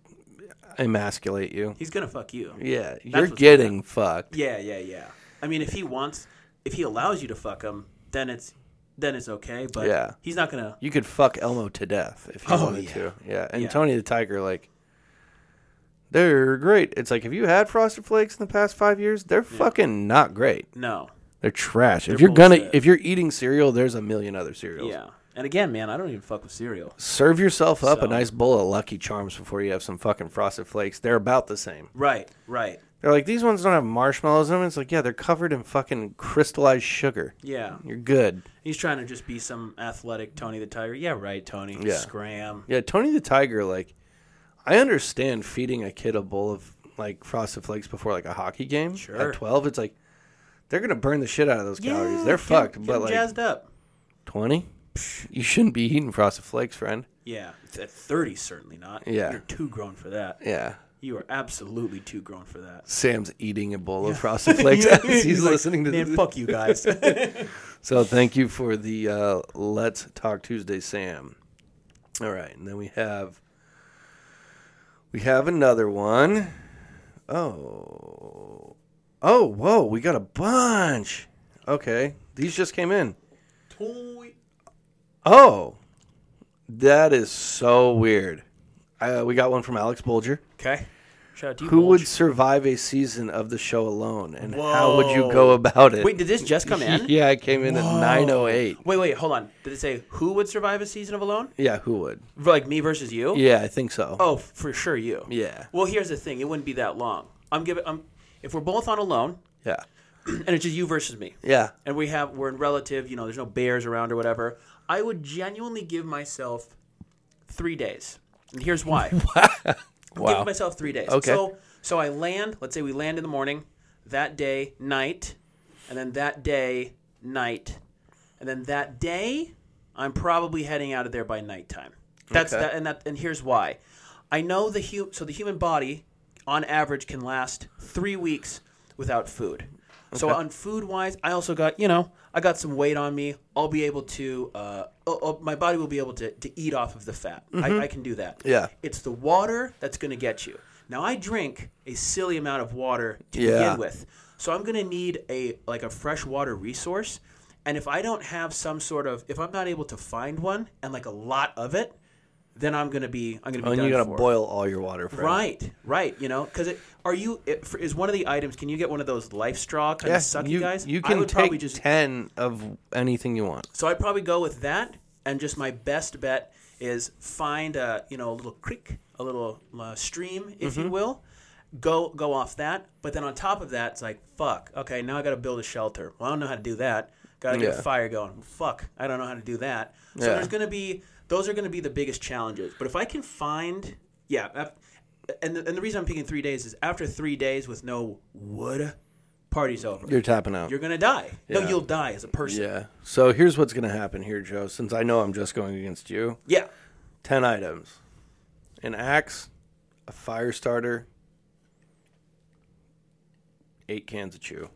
emasculate you
He's gonna fuck you.
yeah you're
what's
getting fucked
Yeah, yeah, yeah. I mean, if he wants, if he allows you to fuck him, then it's then it's okay. But
Yeah.
he's not gonna.
you could fuck elmo to death if you
Oh,
wanted
yeah.
to yeah and
Yeah.
tony the tiger like they're great it's like have you had frosted flakes in the past five years they're fucking not great
No.
they're trash if
They're
you're gonna
bullshit.
if you're eating cereal there's a million other cereals
Yeah. And again, man, I don't even fuck with cereal.
serve yourself up a
So-
nice bowl of lucky charms before you have some fucking frosted flakes they're about the same
Right. Right.
They're like, these ones don't have marshmallows in them. It's like, yeah, they're covered in fucking crystallized sugar.
Yeah.
You're good.
He's trying to just be some athletic Tony the Tiger. Yeah. Right, Tony.
Yeah.
Scram.
Yeah, Tony the Tiger, like, I understand feeding a kid a bowl of, like, Frosted Flakes before, like, a hockey game.
Sure.
At 12, it's like, they're going to burn the shit out of those calories. They're
get 'em-
fucked.
get 'em
but, like,
jazzed up.
20? Psh, You shouldn't be eating Frosted Flakes, friend.
Yeah, at thirty certainly not.
Yeah.
you're too grown for that.
Yeah.
You are absolutely too grown for that.
Sam's eating a bowl of Frosted Flakes as he's,
like,
listening to
Man,
this.
fuck you guys.
So thank you for the uh, Let's Talk Tuesday, Sam. All right, and then we have we have another one. Oh, oh, whoa, we got a bunch. Okay, these just came in. Oh, that is so weird. Uh, we got one from Alex Bolger.
okay, shout out to you.
Who
Bulge.
would survive a season of the show alone, and how would you go about it?
Wait, did this just come in?
yeah, it came in at nine oh eight.
Wait, wait, hold on. Did it say who would survive a season of Alone?
Yeah, who would?
Like me versus you?
Yeah, I think so.
Oh, for sure you.
Yeah.
Well, here's the thing. It wouldn't be that long. I'm giving. I'm if we're both on Alone,
Yeah.
and it's just you versus me.
Yeah.
and we have we're in relative, you know, there's no bears around or whatever. I would genuinely give myself three days. And here's why. I'm
Wow.
giving myself three days.
Okay.
So so I land, let's say we land in the morning, that day, night, and then that day, night, and then that day, I'm probably heading out of there by nighttime. That's
Okay.
that and that and here's why. I know the hu- so the human body on average can last 3 weeks without food. So on food wise, I also got, you know, I got some weight on me. I'll be able to uh, oh, oh, my body will be able to, to eat off of the fat. I, I can do that.
Mm-hmm. Yeah.
It's the water that's going to get you. Now I drink a silly amount of water to
Yeah.
begin with. So I'm going to need a like a fresh water resource. And if I don't have some sort of if I'm not able to find one and like a lot of it, then I'm going to be I'm going to be
Oh, And
done
you got to
for.
boil all your water for
Right, right. You know, because are you it, for, is one of the items? Can you get one of those life straw kind
Yeah,
of sucky
you,
guys?
you
I
can
would probably
take
just
10 of anything you want.
so I'd probably go with that, and just my best bet is find a you know a little creek, a little uh, stream, if
Mm-hmm.
you will. Go go off that, but then on top of that, it's like fuck. Okay, now I got to build a shelter. Well, I don't know how to do that. Got to get
Yeah.
a fire going. Fuck, I don't know how to do that. So
Yeah.
there's gonna be Those are going to be the biggest challenges. But if I can find, yeah, af- and the, and the reason I'm picking three days is after three days with no wood, party's over.
You're tapping out.
You're gonna die. No,
Yeah.
you'll die as a person.
yeah. So here's what's gonna happen here, Joe. Since I know I'm just going against you,
Yeah.
ten items: an axe, a fire starter, eight cans of chew.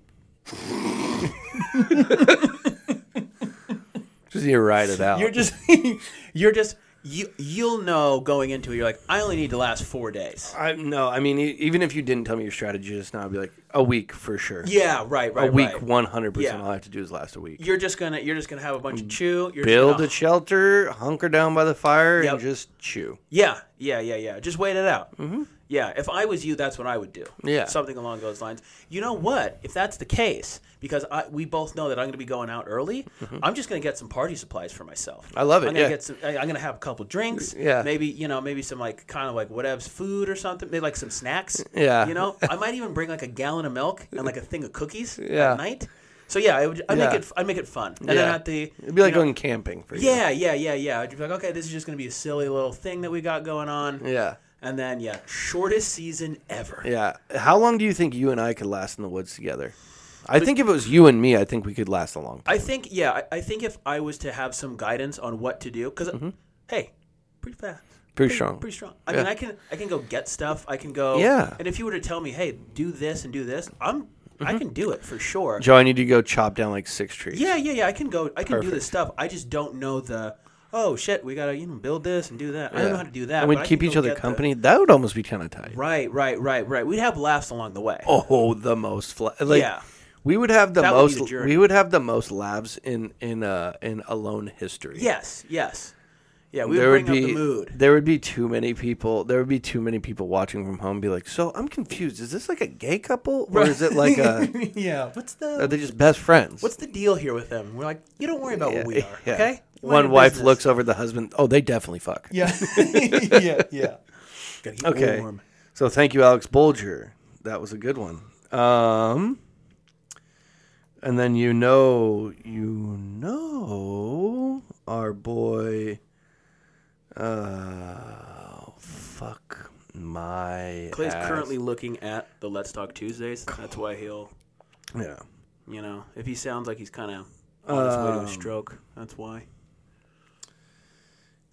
just need to ride it out.
You're just, you're just, you you'll know going into it. You're like, I only need to last four days.
I no, I mean, e- even if you didn't tell me your strategy just now, I'd be like a week for sure.
Yeah, right, right,
a week,
right.
one hundred percent.
Yeah.
All I have to do is last a week.
You're just gonna, you're just gonna have a bunch of chew. You're
Mm.
just
Build
gonna-
a shelter, hunker down by the fire,
Yep.
and just chew.
Yeah, yeah, yeah, yeah. Just wait it out. Mm-hmm. Yeah, if I was you, that's what I would do.
Yeah.
something along those lines. You know what? If that's the case, because I, we both know that I'm going to be going out early, I'm just going to get some party supplies for myself.
Mm-hmm. I love it,
I'm gonna
yeah.
get some. I- I'm going to have a couple drinks.
Yeah.
maybe you know, maybe some like kind of like whatevs food or something. Maybe like some snacks.
Yeah.
you know, I might even bring like a gallon of milk and like a thing of cookies
Yeah.
at night. So yeah, I would. I
Yeah.
make it. I make it fun. And then
Yeah.
at the
It'd be like
you know-
going camping for you.
yeah, yeah, yeah, yeah. I'd be like, okay, this is just going to be a silly little thing that we got going on.
yeah,
And then, yeah, shortest season ever.
yeah. How long do you think you and I could last in the woods together? I think if it was you and me, I think we could last a long. time.
I think, yeah, I, I think if I was to have some guidance on what to do, because, hey, pretty fast.
Mm-hmm. Pretty strong.
Pretty strong. I mean, I can I can go get stuff. I can go.
Yeah.
And if you were to tell me, hey, do this and do this, I'm
Mm-hmm.
I can do it for sure.
Joe, I need you to go chop down like six trees.
Yeah, yeah, yeah. I can go. I can do this stuff. I just don't know the. Oh shit, we gotta you know build this and do that. I don't know how to do that.
And we'd
but I
keep
can
each
go
other
get the-
company. That would almost be kind of tight.
Right, right, right, right. We'd have laughs along the way.
Oh, the most fla- like
Yeah.
we would have the
That would be
most
the journey.
we would have the most labs in in uh in alone history.
Yes, yes. Yeah, we would
there
bring
would be
up the mood.
there would be too many people. There would be too many people watching from home. Be like, so I'm confused. Is this like a gay couple or is it like a?
yeah. What's
Are
the
they just best friends?
what's the deal here with them? We're like, you don't worry about what we are,
Yeah.
okay? We're in
One
your
wife
business.
looks over the husband. Oh, they definitely fuck.
Yeah. yeah, yeah.
Gotta keep
Okay.
warm.
So thank you, Alex Bolger. That was a good one. Um, and then you know, you know, our boy. Uh, fuck my.
Clay's
ass.
currently looking at the Let's Talk Tuesdays. That's why he'll,
Yeah.
you know, if he sounds like he's kind of on his
Um,
way to a stroke, that's why.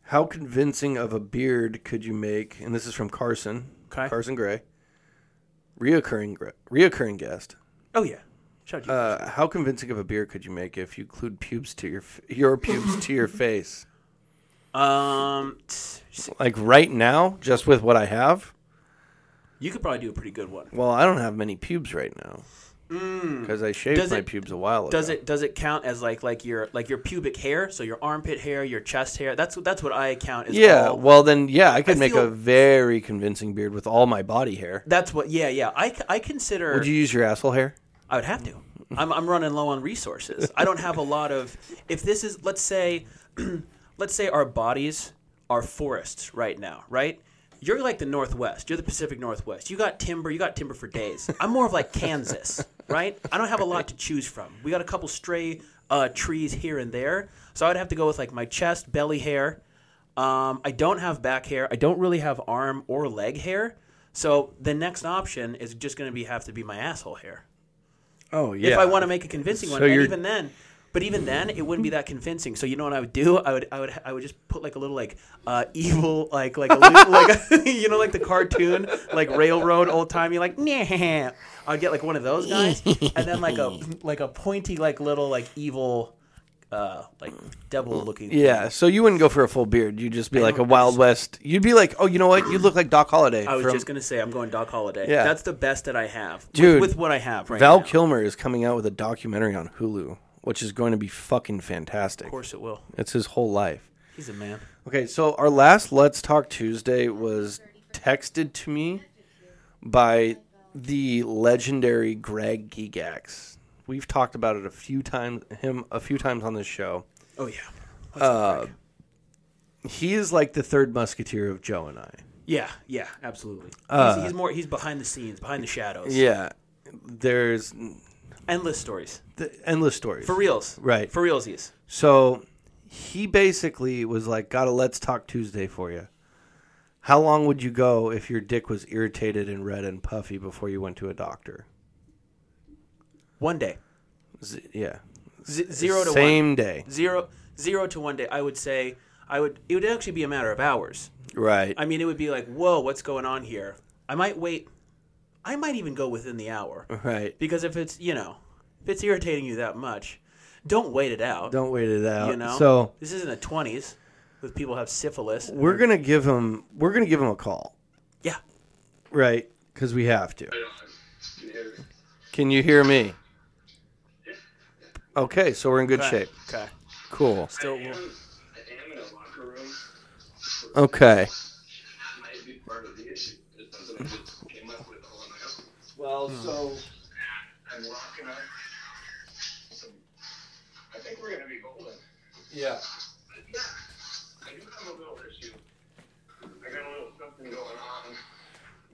How convincing of a beard could you make? And this is from Carson.
Okay.
Carson Gray. Reoccurring, gre- reoccurring guest.
Oh yeah. Shout out to you.
Uh, how convincing of a beard could you make if you glued pubes to your f- your pubes to your face? Uh,
um, tss, s-
Like right now, just with what I have.
you could probably do a pretty good one.
Well, I don't have many pubes right now because I shaved
Mm. Does
my
it-
pubes a while ago.
Does it does it count as like like your like your pubic hair? So your armpit hair, your chest hair. That's that's what I count as.
Yeah.
all-
Well, then, yeah, I could
I
make a
feel-
very convincing beard with all my body hair.
That's what. Yeah, yeah. I, c- I consider.
Would you use your asshole hair?
I would have to. I'm I'm running low on resources. I don't have a lot of. If this is let's say, let's say our bodies are forests right now, right? You're like the Northwest. You're the Pacific Northwest. You got timber. You got timber for days. I'm more of like Kansas, right? I don't have a lot to choose from. We got a couple stray uh, trees here and there, so I would have to go with like my chest, belly hair, um, I don't have back hair. I don't really have arm or leg hair. So the next option is just going to be have to be my asshole hair.
Oh yeah.
If I want to make a convincing one,
So
and
you're-
even then, but even then, it wouldn't be that convincing. So you know what I would do? I would I would I would just put like a little like uh, evil like like a little, like you know like the cartoon like railroad old timey like nah. I'd get like one of those guys, and then like a like a pointy like little like evil. Uh, like devil looking. thing.
Yeah, so you wouldn't go for a full beard. You'd just be like a Wild West. You'd be like, oh, you know what? You look like Doc Holliday.
I was
from-
just gonna say I'm going Doc Holiday.
Yeah.
that's the best that I have, with-
Dude,
With, what I have right
Val
now, of
Kilmer is coming out with a documentary on Hulu, which is going to be fucking fantastic.
course it will.
It's his whole life.
He's a man.
Okay, so our last Let's Talk Tuesday was texted to me by the legendary Greg Gigax. We've talked about it a few times him a few times on this show.
Oh yeah,
He is like the third musketeer of Joe and I.
yeah, yeah, absolutely. he's, he's more. He's behind the scenes, behind the shadows.
Uh, Yeah. There's
endless stories
th- endless stories.
for reals.
Right.
for realsies.
So he basically was like, "Got a Let's Talk Tuesday for you." How long would you go if your dick was irritated and red and puffy before you went to a doctor?
One day,
Z- yeah,
Z- zero to one.
same day,
zero zero to one day i would say i would it would actually be a matter of hours
right?
i mean it would be like whoa what's going on here i might wait i might even go within the hour
right.
because if it's you know if it's irritating you that much don't wait it out
Don't wait it out.
you know
So
this isn't the 20s with people have syphilis
we're gonna give him. We're gonna give him a call,
yeah
right? Because we have to. Can you hear me? Okay, so we're in good shape.
okay
Cool.
so we'll,
I am in a locker room.
Okay.
That might be part of the issue. It's something I just came up with all on my own.
Well, so
I'm rocking up. Some, I think we're going to be golden.
yeah.
But yeah, I do have a little issue. I got a little something going on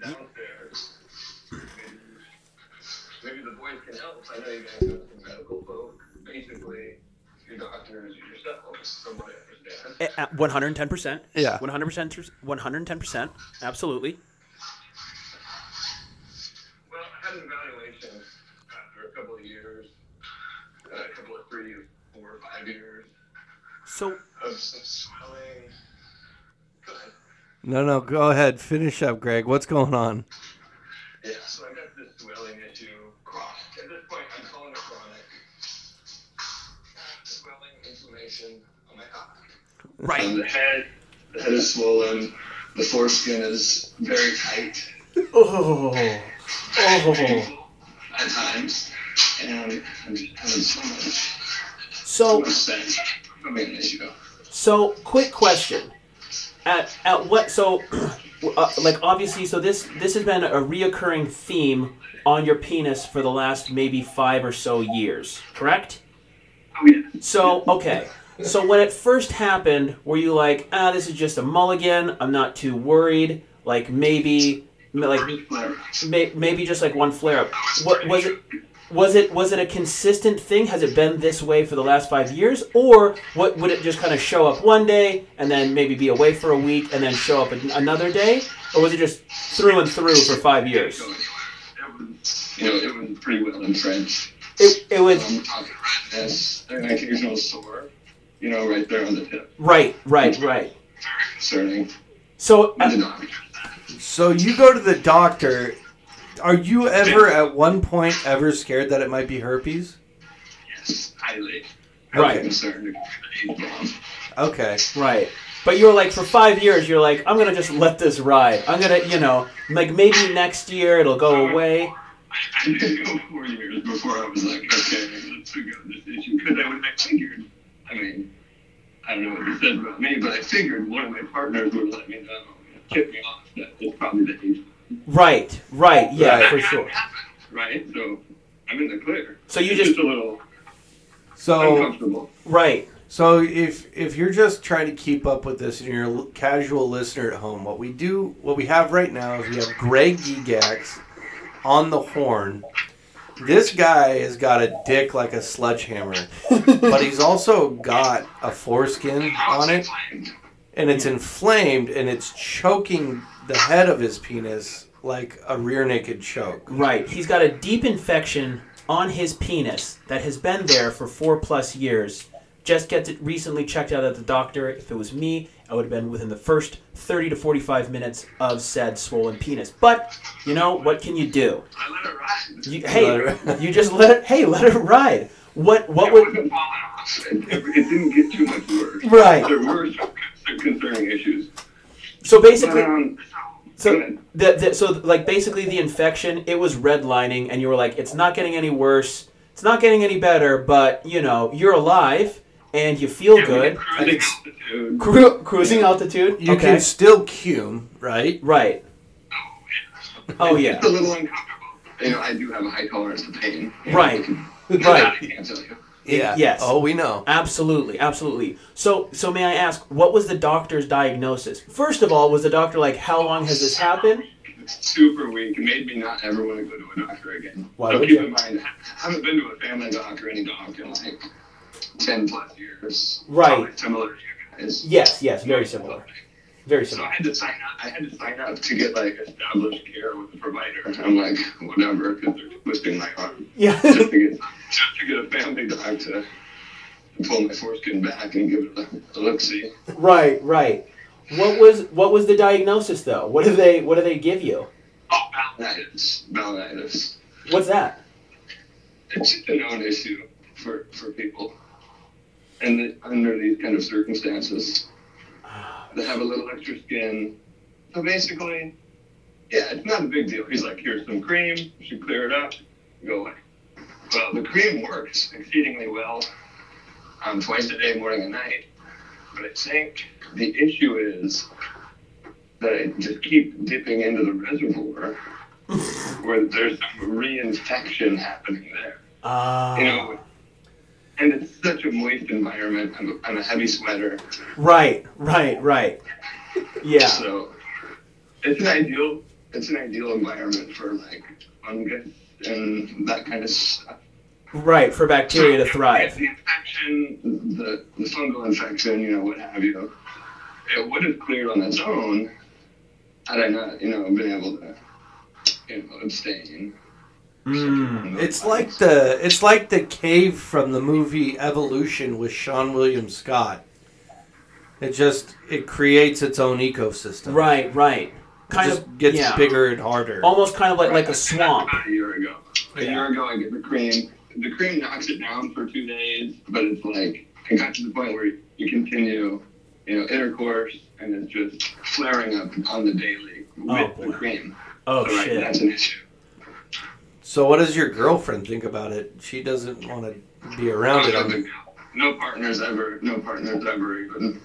downstairs. And maybe the boys can help. I know you guys know some medical folk. Basically, your doctors, yourselves, from what I
a- a-
understand.
110%
Yeah.
100% tr- 110% absolutely
Well, I had an evaluation after a couple of years, uh, a couple of three, four, five years
so
of some swelling. But,
No, no. Go ahead. Finish up, Greg. What's going on?
yeah, so I got this swelling issue. Chronic. At this point, I'm calling it chronic. Uh, Swelling, inflammation on my cock. Um,
right
The head, the head is swollen. The foreskin is very tight. Oh, oh. At times, and I'm just having so much.
so So, quick question. At at what? So, uh, like obviously, so this this has been a reoccurring theme on your penis for the last maybe five or so years, correct? So okay. So when it first happened, were you like, ah, this is just a mulligan? I'm not too worried. Like maybe, like may, maybe just like one flare up. What was it? Was it was it a consistent thing? Has it been this way for the last five years, or what would it just kind of show up one day and then maybe be away for a week and then show up an- another day, or was it just through and through for five years?
You know, it was pretty well entrenched. Um,
It it was
I'm talking redness, an occasional sore, you know, right there on the tip.
right, right, right.
Very concerning.
So
I did
uh,
not expect that.
So you go to the doctor. Are you ever at one point ever scared that it might be herpes?
Yes, highly.
Right.
Highly concerned.
Okay.
right, but you're like for five years, you're like I'm gonna just let this ride. I'm gonna you know like maybe next year it'll go away.
I knew four years before I was like, okay, let's figure out this issue, because I would I figured, I mean, I don't know what it said about me, but I figured one of my partners would let me know, tip me off that it's probably the age.
Right, right, yeah,
Right.
for sure.
right? So I'm in the clear.
So you
It's
just-
a little
So
uncomfortable.
Right.
so if if you're just trying to keep up with this and you're a l- casual listener at home, what we do what we have right now is we have Greg Gigax on the horn. This guy has got a dick like a sledgehammer, but he's also got a foreskin on it. and it's inflamed and it's choking the head of his penis like a rear naked choke.
Right. He's got a deep infection on his penis that has been there for four plus years. Just gets it recently checked out at the doctor. If it was me, I would have been within the first 30 to 45 minutes of said swollen penis. But, you know, what can you do?
I let it ride.
You,
Let
hey,
it ride.
you just let it, hey, let it ride. What, what
It
would,
wasn't falling off. It, it, it didn't get too much worse.
Right.
There were some, some concerning issues.
so basically,
Um,
So
so,
the, the so like basically the infection it was redlining and you were like it's not getting any worse it's not getting any better but you know you're alive and you feel good
Cruising altitude.
Cru- cruising altitude
You
okay
can still cum, right?
right oh yeah
It's a little uncomfortable. You know, I do have a high tolerance to pain.
right
That I
right
can't tell you.
Yeah.
yes.
Oh, we know.
absolutely absolutely so so may I ask what was the doctor's diagnosis first of all was the doctor like how long has this happened
super weak. It made me not ever want to go to a doctor again.
Why
so
would
keep
you?
in mind, I haven't been to a family doctor or any doctor in like ten plus years.
Right.
Probably similar to you guys.
Yes, yes, very similar. Very
So
similar.
I had to sign up. I had to sign up to get like established care with the provider. I'm like, whatever, because they're twisting my arm
Yeah.
just to get just to get a family doc to pull my foreskin back and give it a, a look see.
right, right. What was what was the diagnosis though? What do they what do they give you?
Oh, balanitis, balanitis.
What's that?
It's just a known issue for for people, and the, under these kind of circumstances, they have a little extra skin. So basically, yeah, it's not a big deal. He's like, here's some cream. You should clear it up. Go away. Well, the cream works exceedingly well, um, twice a day, morning and night. But I think the issue is that I just keep dipping into the reservoir where there's some reinfection happening there.
Ah,
You know, and it's such a moist environment. I'm a, I'm a heavy sweater,
right, right, right. Yeah.
so it's an ideal. It's an ideal environment for like fungus and that kind of stuff.
Right, for bacteria to
So,
thrive.
The infection, the, the fungal infection, you know, what have you, it would have cleared on its own had I not, you know, been able to, you know, abstain.
Mm. Hmm.
It's like the it's like the cave from the movie Evolution with Sean William Scott. It just it creates its own ecosystem.
Right, right.
It
Kind
just
of
gets
yeah.
bigger and harder.
Almost kind of like like a swamp.
About a year ago. A year ago, I get the cream. The cream knocks it down for two days, but it's like it got to the point where you continue, you know, intercourse, and it's just flaring up on the daily with
Oh, boy.
the cream.
Oh
So, like,
shit.
That's an issue.
So what does your girlfriend think about it? She doesn't want to be around it. I mean,
No partners ever. No partners ever even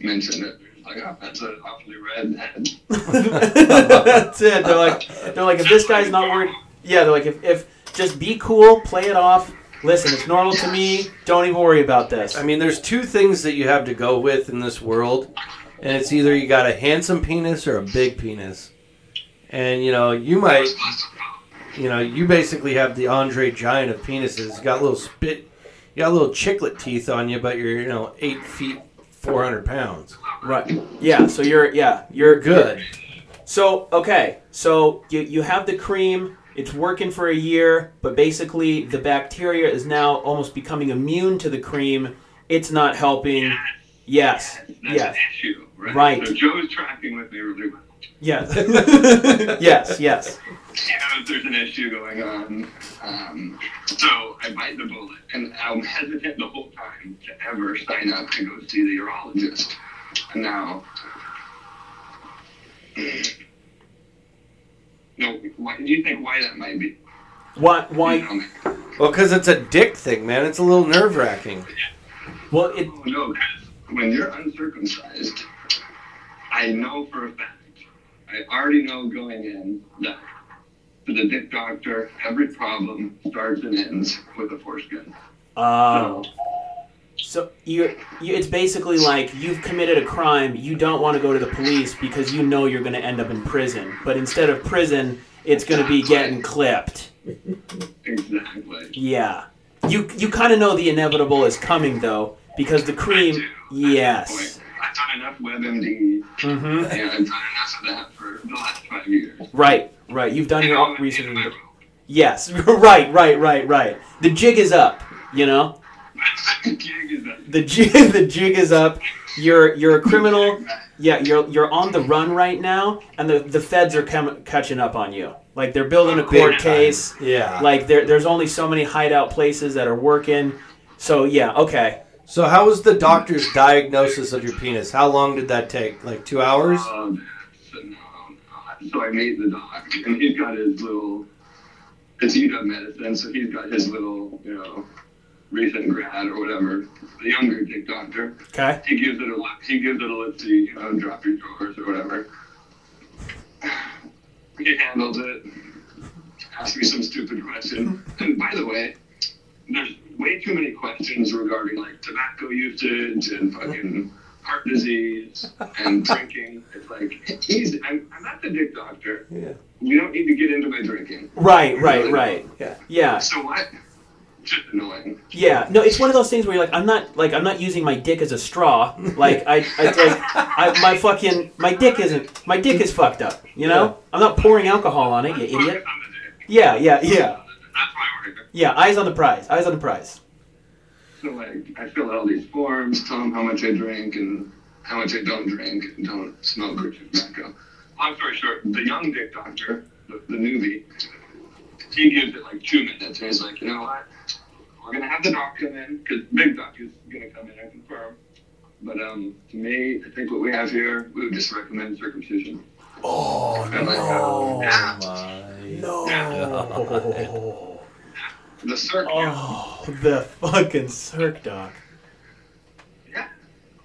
mentioned it. Like, oh, that's an awfully red head.
That's it. They're like they're like if this guy's not worried Yeah, they're like if, if just be cool, play it off. Listen, it's normal to me. Don't even worry about this.
I mean, there's two things that you have to go with in this world, and it's either you got a handsome penis or a big penis. And you know, you might, you know, you basically have the Andre Giant of penises. You got little spit, you got little chiclet teeth on you, but you're you know eight feet, four hundred pounds.
Right. Yeah, so you're yeah, you're
Good.
So okay, so you, you have the cream. It's working for a year, but basically the bacteria is now almost becoming immune to the cream. It's not helping. Yes.
That's
Yes.
an issue, right?
Right.
So Joe's tracking with me really well.
Yes. yes. Yes.
you know, if there's an issue going on. Um, so I bite the bullet, and I'm hesitant the whole time to ever sign up to go see the urologist. And now, no, why, do you think why that might be?
Why? Why?
Um,
Well, because it's a dick thing, man. It's a little nerve wracking.
Well, it.
oh, no, 'cause when you're uncircumcised, I know for a fact, I already know going in that to the dick doctor, every problem starts and ends with a foreskin.
Uh, so you're, you. It's basically like you've committed a crime. You don't want to go to the police because you know you're going to end up in prison. But instead of prison, it's going to be getting clipped.
Exactly.
Yeah. You you kind of know the inevitable is coming though because the cream. Yes.
Point. I've done enough WebMD,
hmm
and I've done enough of that for the last five years.
Right. Right. You've done your own
And
research.
I'm-
Yes. right. Right. Right. Right. The jig is up. You know.
The gig is that
The jig the jig is up. You're you're a criminal. Yeah. You're you're on the run right now, and the the feds are com- catching up on you. Like they're building a court
time.
case.
Yeah.
Like there there's only so many hideout places that are working. So yeah. Okay.
So, how was the doctor's diagnosis of your penis? How long did that take? Like two hours?
um, so, no, no. so I made the doc, and he's got his little, because he does medicine, so he's got his little, you know, recent grad or whatever, the younger dick doctor.
Okay.
He gives it a look. He gives it a let's see, you know, drop your drawers or whatever. He handles it. Asked me some stupid question. And by the way, there's way too many questions regarding like tobacco usage and fucking heart disease and drinking. It's like easy. I'm, I'm not the dick doctor. Yeah. We don't need to get into my drinking.
Right. Right. Right.
Yeah.
Yeah.
So what? just annoying.
Yeah, no, it's one of those things where you're like, I'm not like I'm not using my dick as a straw. Like I, I like I, my fucking my dick isn't my dick is fucked up. You know, I'm not pouring alcohol on it, you idiot.
I'm the dick.
Yeah, yeah, yeah,
That's my order.
yeah. Eyes on the prize. Eyes on the prize.
So like, I fill out all these forms, tell them how much I drink and how much I don't drink and don't smoke or tobacco. Long story short, the young dick doctor, the, the newbie, he gives it like two minutes. And he's like, you know what? We're gonna have the doc come in because big doc is gonna come in and confirm. But um, to me, I think what we have here, we would just recommend circumcision. Oh no! yeah. No. The circ.
Oh, the fucking Cirque Doc.
Yeah.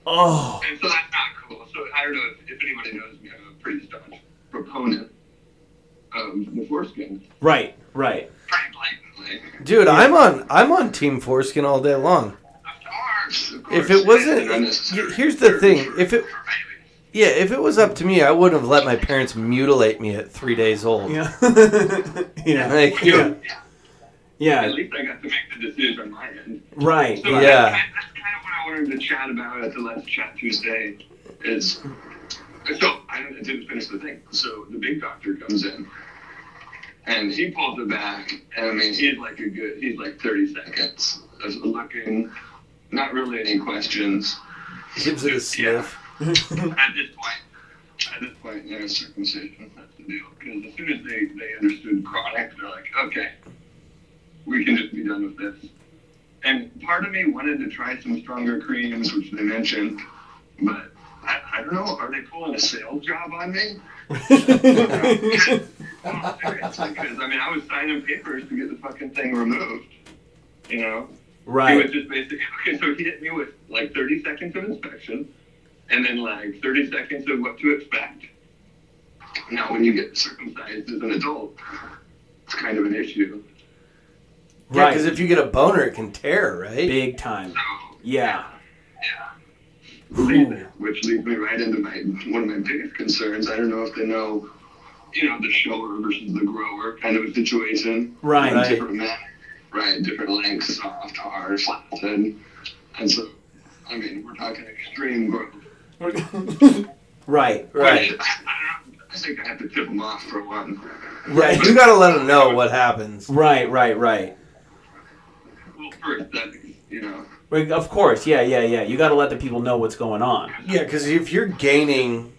Oh,
And so that's not cool. So I don't know if, if anybody knows me, I'm a pretty staunch proponent of the foreskin.
right, right.
Pretty blatantly.
Dude, I'm on I'm on Team Foreskin all day long.
Of course, of course.
If it wasn't,
It's unnecessary.
here's the
For-
thing,
for-
if it-
for babies.
Yeah, if it was up to me, I wouldn't have let my parents mutilate me at three days old.
Yeah, yeah,
Like,
yeah,
At
yeah.
least I got to make the decision on my end.
Right.
So that's
Yeah.
kind- That's kind of what I wanted to chat about at the Let's Chat Tuesday. Is so I didn't- I didn't finish the thing. So the big doctor comes in, and he pulls it back. And I mean, he's like a good. He's like thirty seconds of looking, not really any questions.
gives it a sniff.
At this point, at this point, you know, circumcision. That's the deal. Because as soon as they, they understood chronic, they're like, okay, we can just be done with this. And part of me wanted to try some stronger creams, which they mentioned, but I, I don't know. Are they pulling a sales job on me? Well, seriously, 'cause, I mean, I was signing papers to get the fucking thing removed. You know, he was
Right.
just basically okay. So he hit me with like 30 seconds of inspection, and then like 30 seconds of what to expect. Now, when you get circumcised as an adult, it's kind of an issue.
Yeah,
Right.
because if you get a boner, it can tear, right?
Big time.
So,
Yeah.
lead- which leads me right into my one of my biggest concerns. I don't know if they know, you know, the shower versus the grower kind of a situation.
Right.
And Different men, right? Different lengths, soft, hard, flaccid, and so I mean, we're talking extreme growth.
Right.
Right.
I, don't know. I think I have to tip them off for one.
Yeah, you gotta let them know what happens.
Right. Right. Right.
Well, first, that, you know,
Right, Of course, yeah, yeah, yeah. You got to let the people know what's going on.
Yeah, because if you're gaining,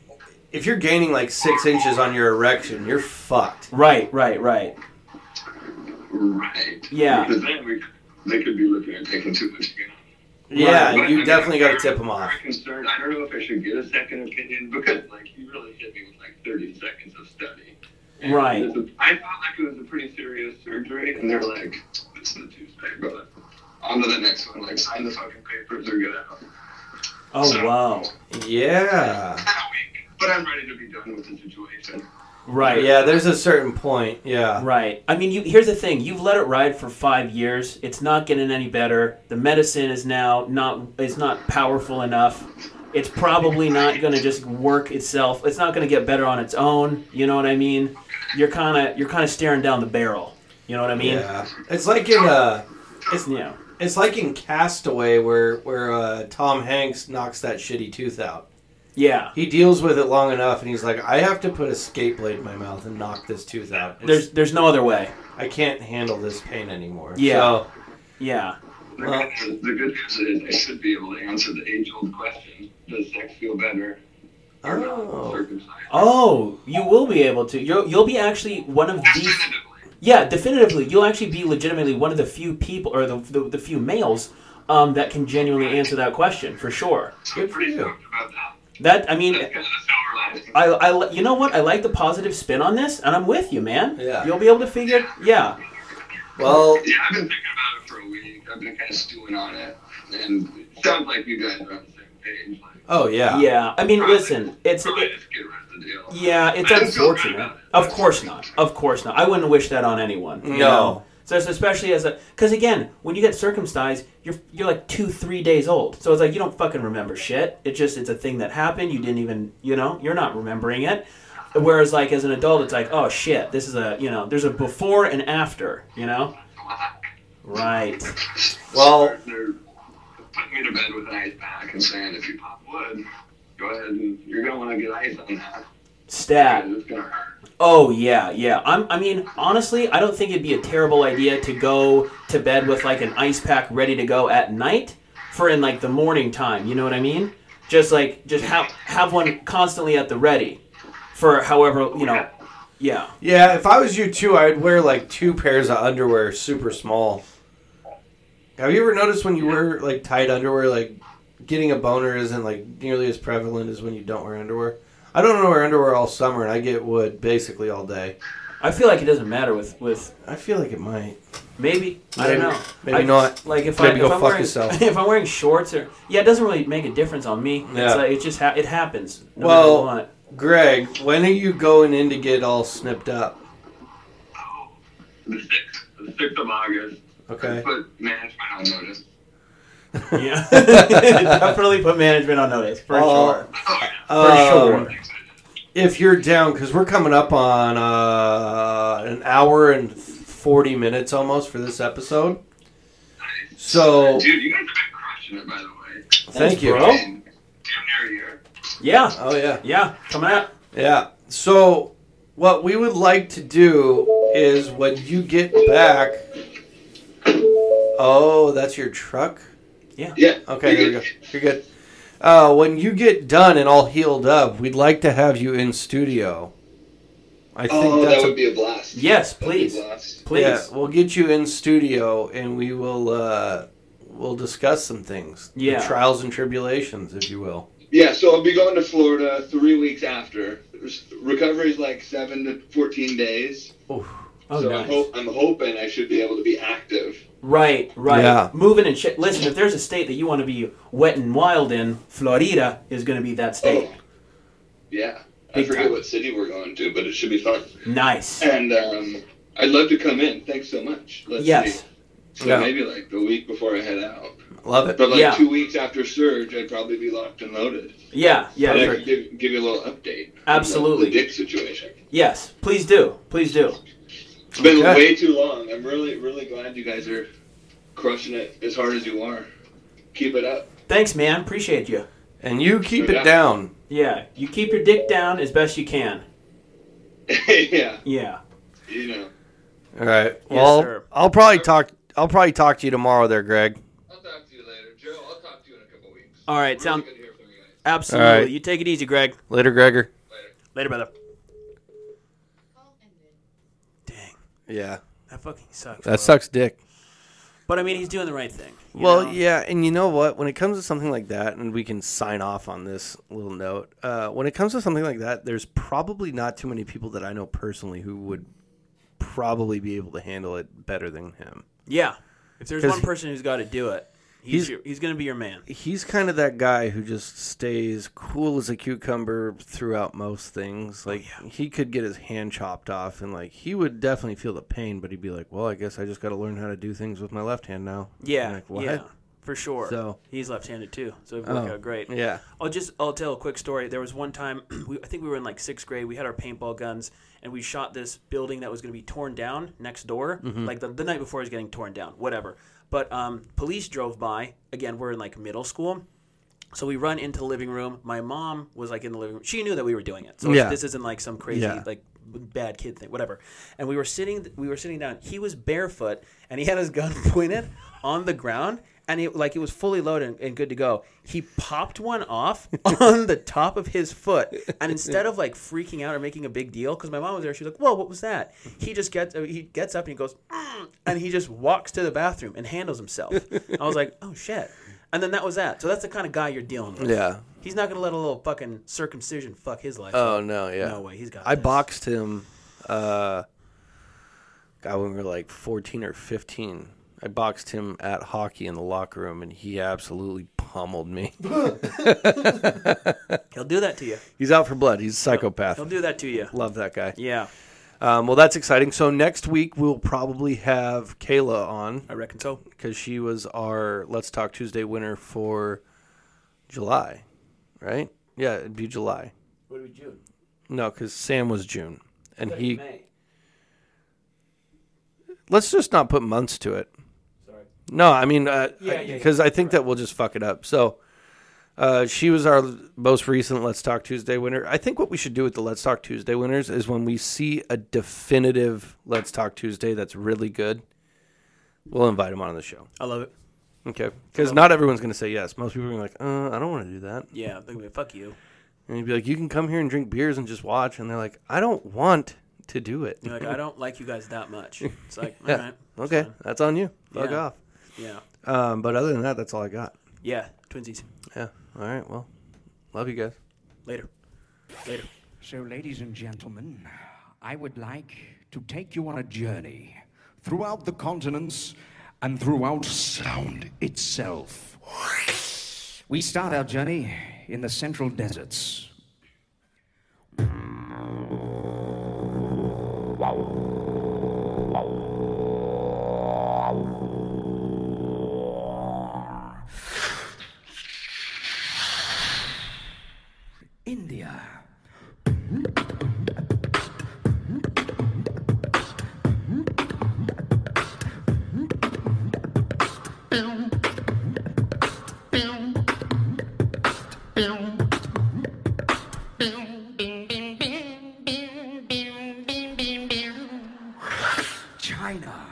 if you're gaining like six inches on your erection, you're fucked.
Right, right, right.
right.
Yeah.
Because then we, they could be looking at taking too much again.
Yeah,
But, I
Uh, you
mean,
definitely
I'm
gotta tip them off.
very concerned. I don't know if I should get a second opinion because, like, he really hit me with like 30 seconds of study. And
Right.
this is- I felt like it was a pretty serious surgery, and they're like, "It's the Tuesday, brother. On to the next one. Like, sign the fucking papers or get out."
Oh, wow.
Yeah.
Kind of weak, but I'm ready to be done with the situation.
Right.
Yeah, there's a certain point. Yeah.
Right. I mean, you here's the thing. You've let it ride for 5 years. It's not getting any better. The medicine is now not it's not powerful enough. It's probably not going to just work itself. It's not going to get better on its own. You know what I mean? You're kind of you're kind of staring down the barrel. You know what I mean?
Yeah. It's like in uh, it's
Yeah.
it's like in Castaway where where uh, Tom Hanks knocks that shitty tooth out.
Yeah.
He deals with it long enough, and he's like, I have to put a skate blade in my mouth and knock this tooth out. It's-
There's there's no other way.
I can't handle this pain anymore.
Yeah.
So,
Yeah.
The
Well-
good news- the good news is I should be able to answer the age-old question: Does sex feel better or not
Oh.
circumcised?
Oh, you will be able to. You'll you'll be actually one of the
Definitively.
yeah, definitively. You'll actually be legitimately one of the few people or the the, the few males um, that can genuinely answer that question for sure.
So I'm
good for
pretty
you.
stoked about that.
That I mean,
That's kind of the silver lining.
I, I li- you know what? I like the positive spin on this, and I'm with you, man.
Yeah.
You'll be able to figure. it- Yeah.
Well,
Yeah, I've been thinking about it for a week. I've been kind of stewing on it, and it sounds like you guys are on the same page. Like,
oh yeah.
Yeah. I mean, listen, it's
probably
it,
just get rid of the deal.
Yeah, it's
I don't feel bad
unfortunate.
about it.
Of course not. Of course not. I wouldn't wish that on anyone. you
No.
know? So it's especially as a, because again, when you get circumcised, you're you're like two, three days old. So it's like you don't fucking remember shit. It just it's a thing that happened. You didn't even, you know, you're not remembering it. Whereas like as an adult, it's like, oh shit, this is a, you know, there's a before and after, you know.
Fuck.
Right. Well,
They're putting me to bed with an ice pack and saying, if you pop wood, go ahead and you're going to want to get ice on that.
stat.
It's going to hurt.
Oh yeah, yeah. I'm, I mean, honestly, I don't think it'd be a terrible idea to go to bed with like an ice pack ready to go at night for in like the morning time. You know what I mean? Just like just have have one constantly at the ready for however you know. Yeah.
Yeah, if I was you too, I'd wear like two pairs of underwear, super small. Have you ever noticed when you wear like tight underwear, like getting a boner isn't like nearly as prevalent as when you don't wear underwear? I don't wear underwear all summer, and I get wood basically all day.
I feel like it doesn't matter with with
I feel like it might.
maybe, I don't
Maybe.
know
Maybe
I-
not.
like if
Maybe
I
go
if I'm
fuck
wearing,
yourself.
if I'm wearing shorts or yeah it doesn't really make a difference on me
Yeah.
it's like it just ha- it happens no
Well-
matter what.
Greg, when are you going in to get all snipped up?
The 6th, the 6th of August.
Okay.
Put management on notice.
yeah definitely put management on notice for
Well,
sure
Um, If you're down, because we're coming up on uh, an hour and 40 minutes almost for this episode. So,
Dude, you guys have been crushing it, by the way.
thank you.
bro.
Damn near a year.
yeah
Oh, yeah.
Yeah, coming out.
Yeah. So, what we would like to do is when you get back. Oh, that's your truck?
Yeah.
Okay, there we go. You're good. Uh, when you get done and all healed up, we'd like to have you in studio. I think
Oh,
that's
that
a-
would be a blast.
Yes,
That'd be a
please,
blast.
please.
Yeah,
Yeah,
we'll get you in studio and we will uh we'll discuss some things. The
Yeah.
trials and tribulations, if you will.
Yeah, so I'll be going to Florida three weeks after. Recovery is like seven to fourteen days.
Oh,
so
nice.
I'm, ho- I'm hoping I should be able to be active.
right, right.
Yeah.
Moving and shit. Listen, if there's a state that you want to be wet and wild in, Florida is going to be that state.
Oh, Yeah, I
Big
forget
time.
what city we're going to, but it should be fun.
Nice.
And um, I'd love to come in. Thanks so much. Let's
Yes.
see. So
Yeah.
maybe like the week before I head out,
Love it.
but like
Yeah.
two weeks after surge, I'd probably be locked and loaded.
Yeah, yeah.
And I
for-
could give, give you a little update. on the-
Absolutely.
The dick situation.
Yes, please do, please do.
It's been
Okay.
way too long. I'm really, really glad you guys are crushing it as hard as you are. Keep it up.
Thanks, man. Appreciate you.
And you keep
Yeah.
it down.
Yeah, you keep your dick down as best you can.
yeah,
Yeah.
you know.
All right. Well
sir.
I'll probably talk I'll probably talk to you tomorrow there, Greg.
I'll talk to you later, Joe. I'll talk to you in a couple weeks.
All right, sound
to hear from you guys.
absolutely.
All right.
You take it easy, Greg.
Later, Gregor.
Later, brother. Dang,
Yeah.
that fucking sucks. bro.
That sucks dick.
But I mean, he's doing the right thing. you
Well,
know?
yeah, and you know what? When it comes to something like that, and we can sign off on this little note. Uh, when it comes to something like that, there's probably not too many people that I know personally who would probably be able to handle it better than him.
Yeah. If there's
'Cause
one person who's got to do it, he's
he's-
your, he's going to be your man.
He's kind of that guy who just stays cool as a cucumber throughout most things.
Oh,
Like he could get his hand chopped off, and like he would definitely feel the pain, but he'd be like, "Well, I guess I just got to learn how to do things with my left hand now."
Yeah.
I'm like, what?
Yeah. For sure.
So-
he's left-handed too, so it would work
Oh,
out great.
yeah.
I'll just I'll tell a quick story. There was one time we, I think we were in like sixth grade. We had our paintball guns and we shot this building that was going to be torn down next door,
Mm-hmm.
like the, the night before it was getting torn down. Whatever. But um, police drove by. Again, we're in like middle school. So we run into the living room. My mom was like in the living room. She knew that we were doing it. So
Yeah.
this isn't like some crazy
Yeah.
like bad kid thing, whatever. And we were sitting we were sitting down. He was barefoot and he had his gun pointed on the ground and it like it was fully loaded and, and good to go. He popped one off on the top of his foot. And instead of like freaking out or making a big deal cuz my mom was there, she was like, "Whoa, what was that?" He just gets uh, he gets up and he goes, "Mm," and he just walks to the bathroom and handles himself. I was like, "Oh shit." And then that was that. So that's the kind of guy you're dealing with.
Yeah.
He's not gonna let a little fucking circumcision fuck his life.
Oh
up.
no, yeah.
No way, he's got
I
this.
boxed him uh God when we were like fourteen or fifteen. I boxed him at hockey in the locker room and he absolutely pummeled me.
He'll do that to you.
He's out for blood. He's a psychopath.
He'll do that to you.
Love that guy.
Yeah,
Um, well, that's exciting. So next week we'll probably have Kayla on
I reckon so.
because she was our Let's Talk Tuesday winner for July, right? Yeah, it'd be July.
What do we do?
No, because Sam was June, and he. Let's just not put months to it. No, I mean, because uh,
Yeah,
I-
yeah, yeah.
'cause I think that we'll just fuck it up. So, uh, she was our most recent Let's Talk Tuesday winner. I think what we should do with the Let's Talk Tuesday winners is when we see a definitive Let's Talk Tuesday that's really good, we'll invite them on the show.
I love it.
Okay, because not everyone's going to say yes. Most people are gonna be like, uh, I don't want to do that.
Yeah, they're gonna be, fuck you.
And you'd be like, you can come here and drink beers and just watch. And they're like, I don't want to do it.
You're like, I don't like you guys that much. It's like, all
Yeah.
right,
Okay, that's on you. Fuck
Yeah.
off.
yeah,
Um, but other than that, that's all I got.
yeah, twinsies.
Yeah. All right. Well, love you guys.
Later, later.
So, ladies and gentlemen, I would like to take you on a journey throughout the continents and throughout sound itself. We start our journey in the central deserts. India. China.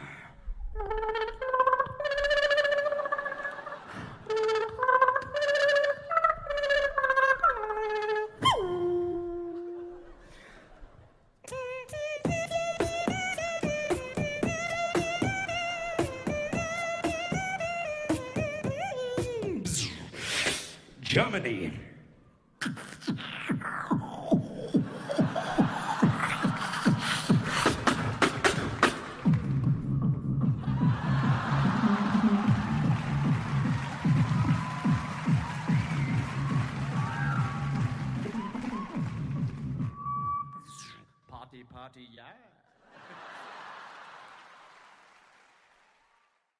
Germany. Party, party, yeah.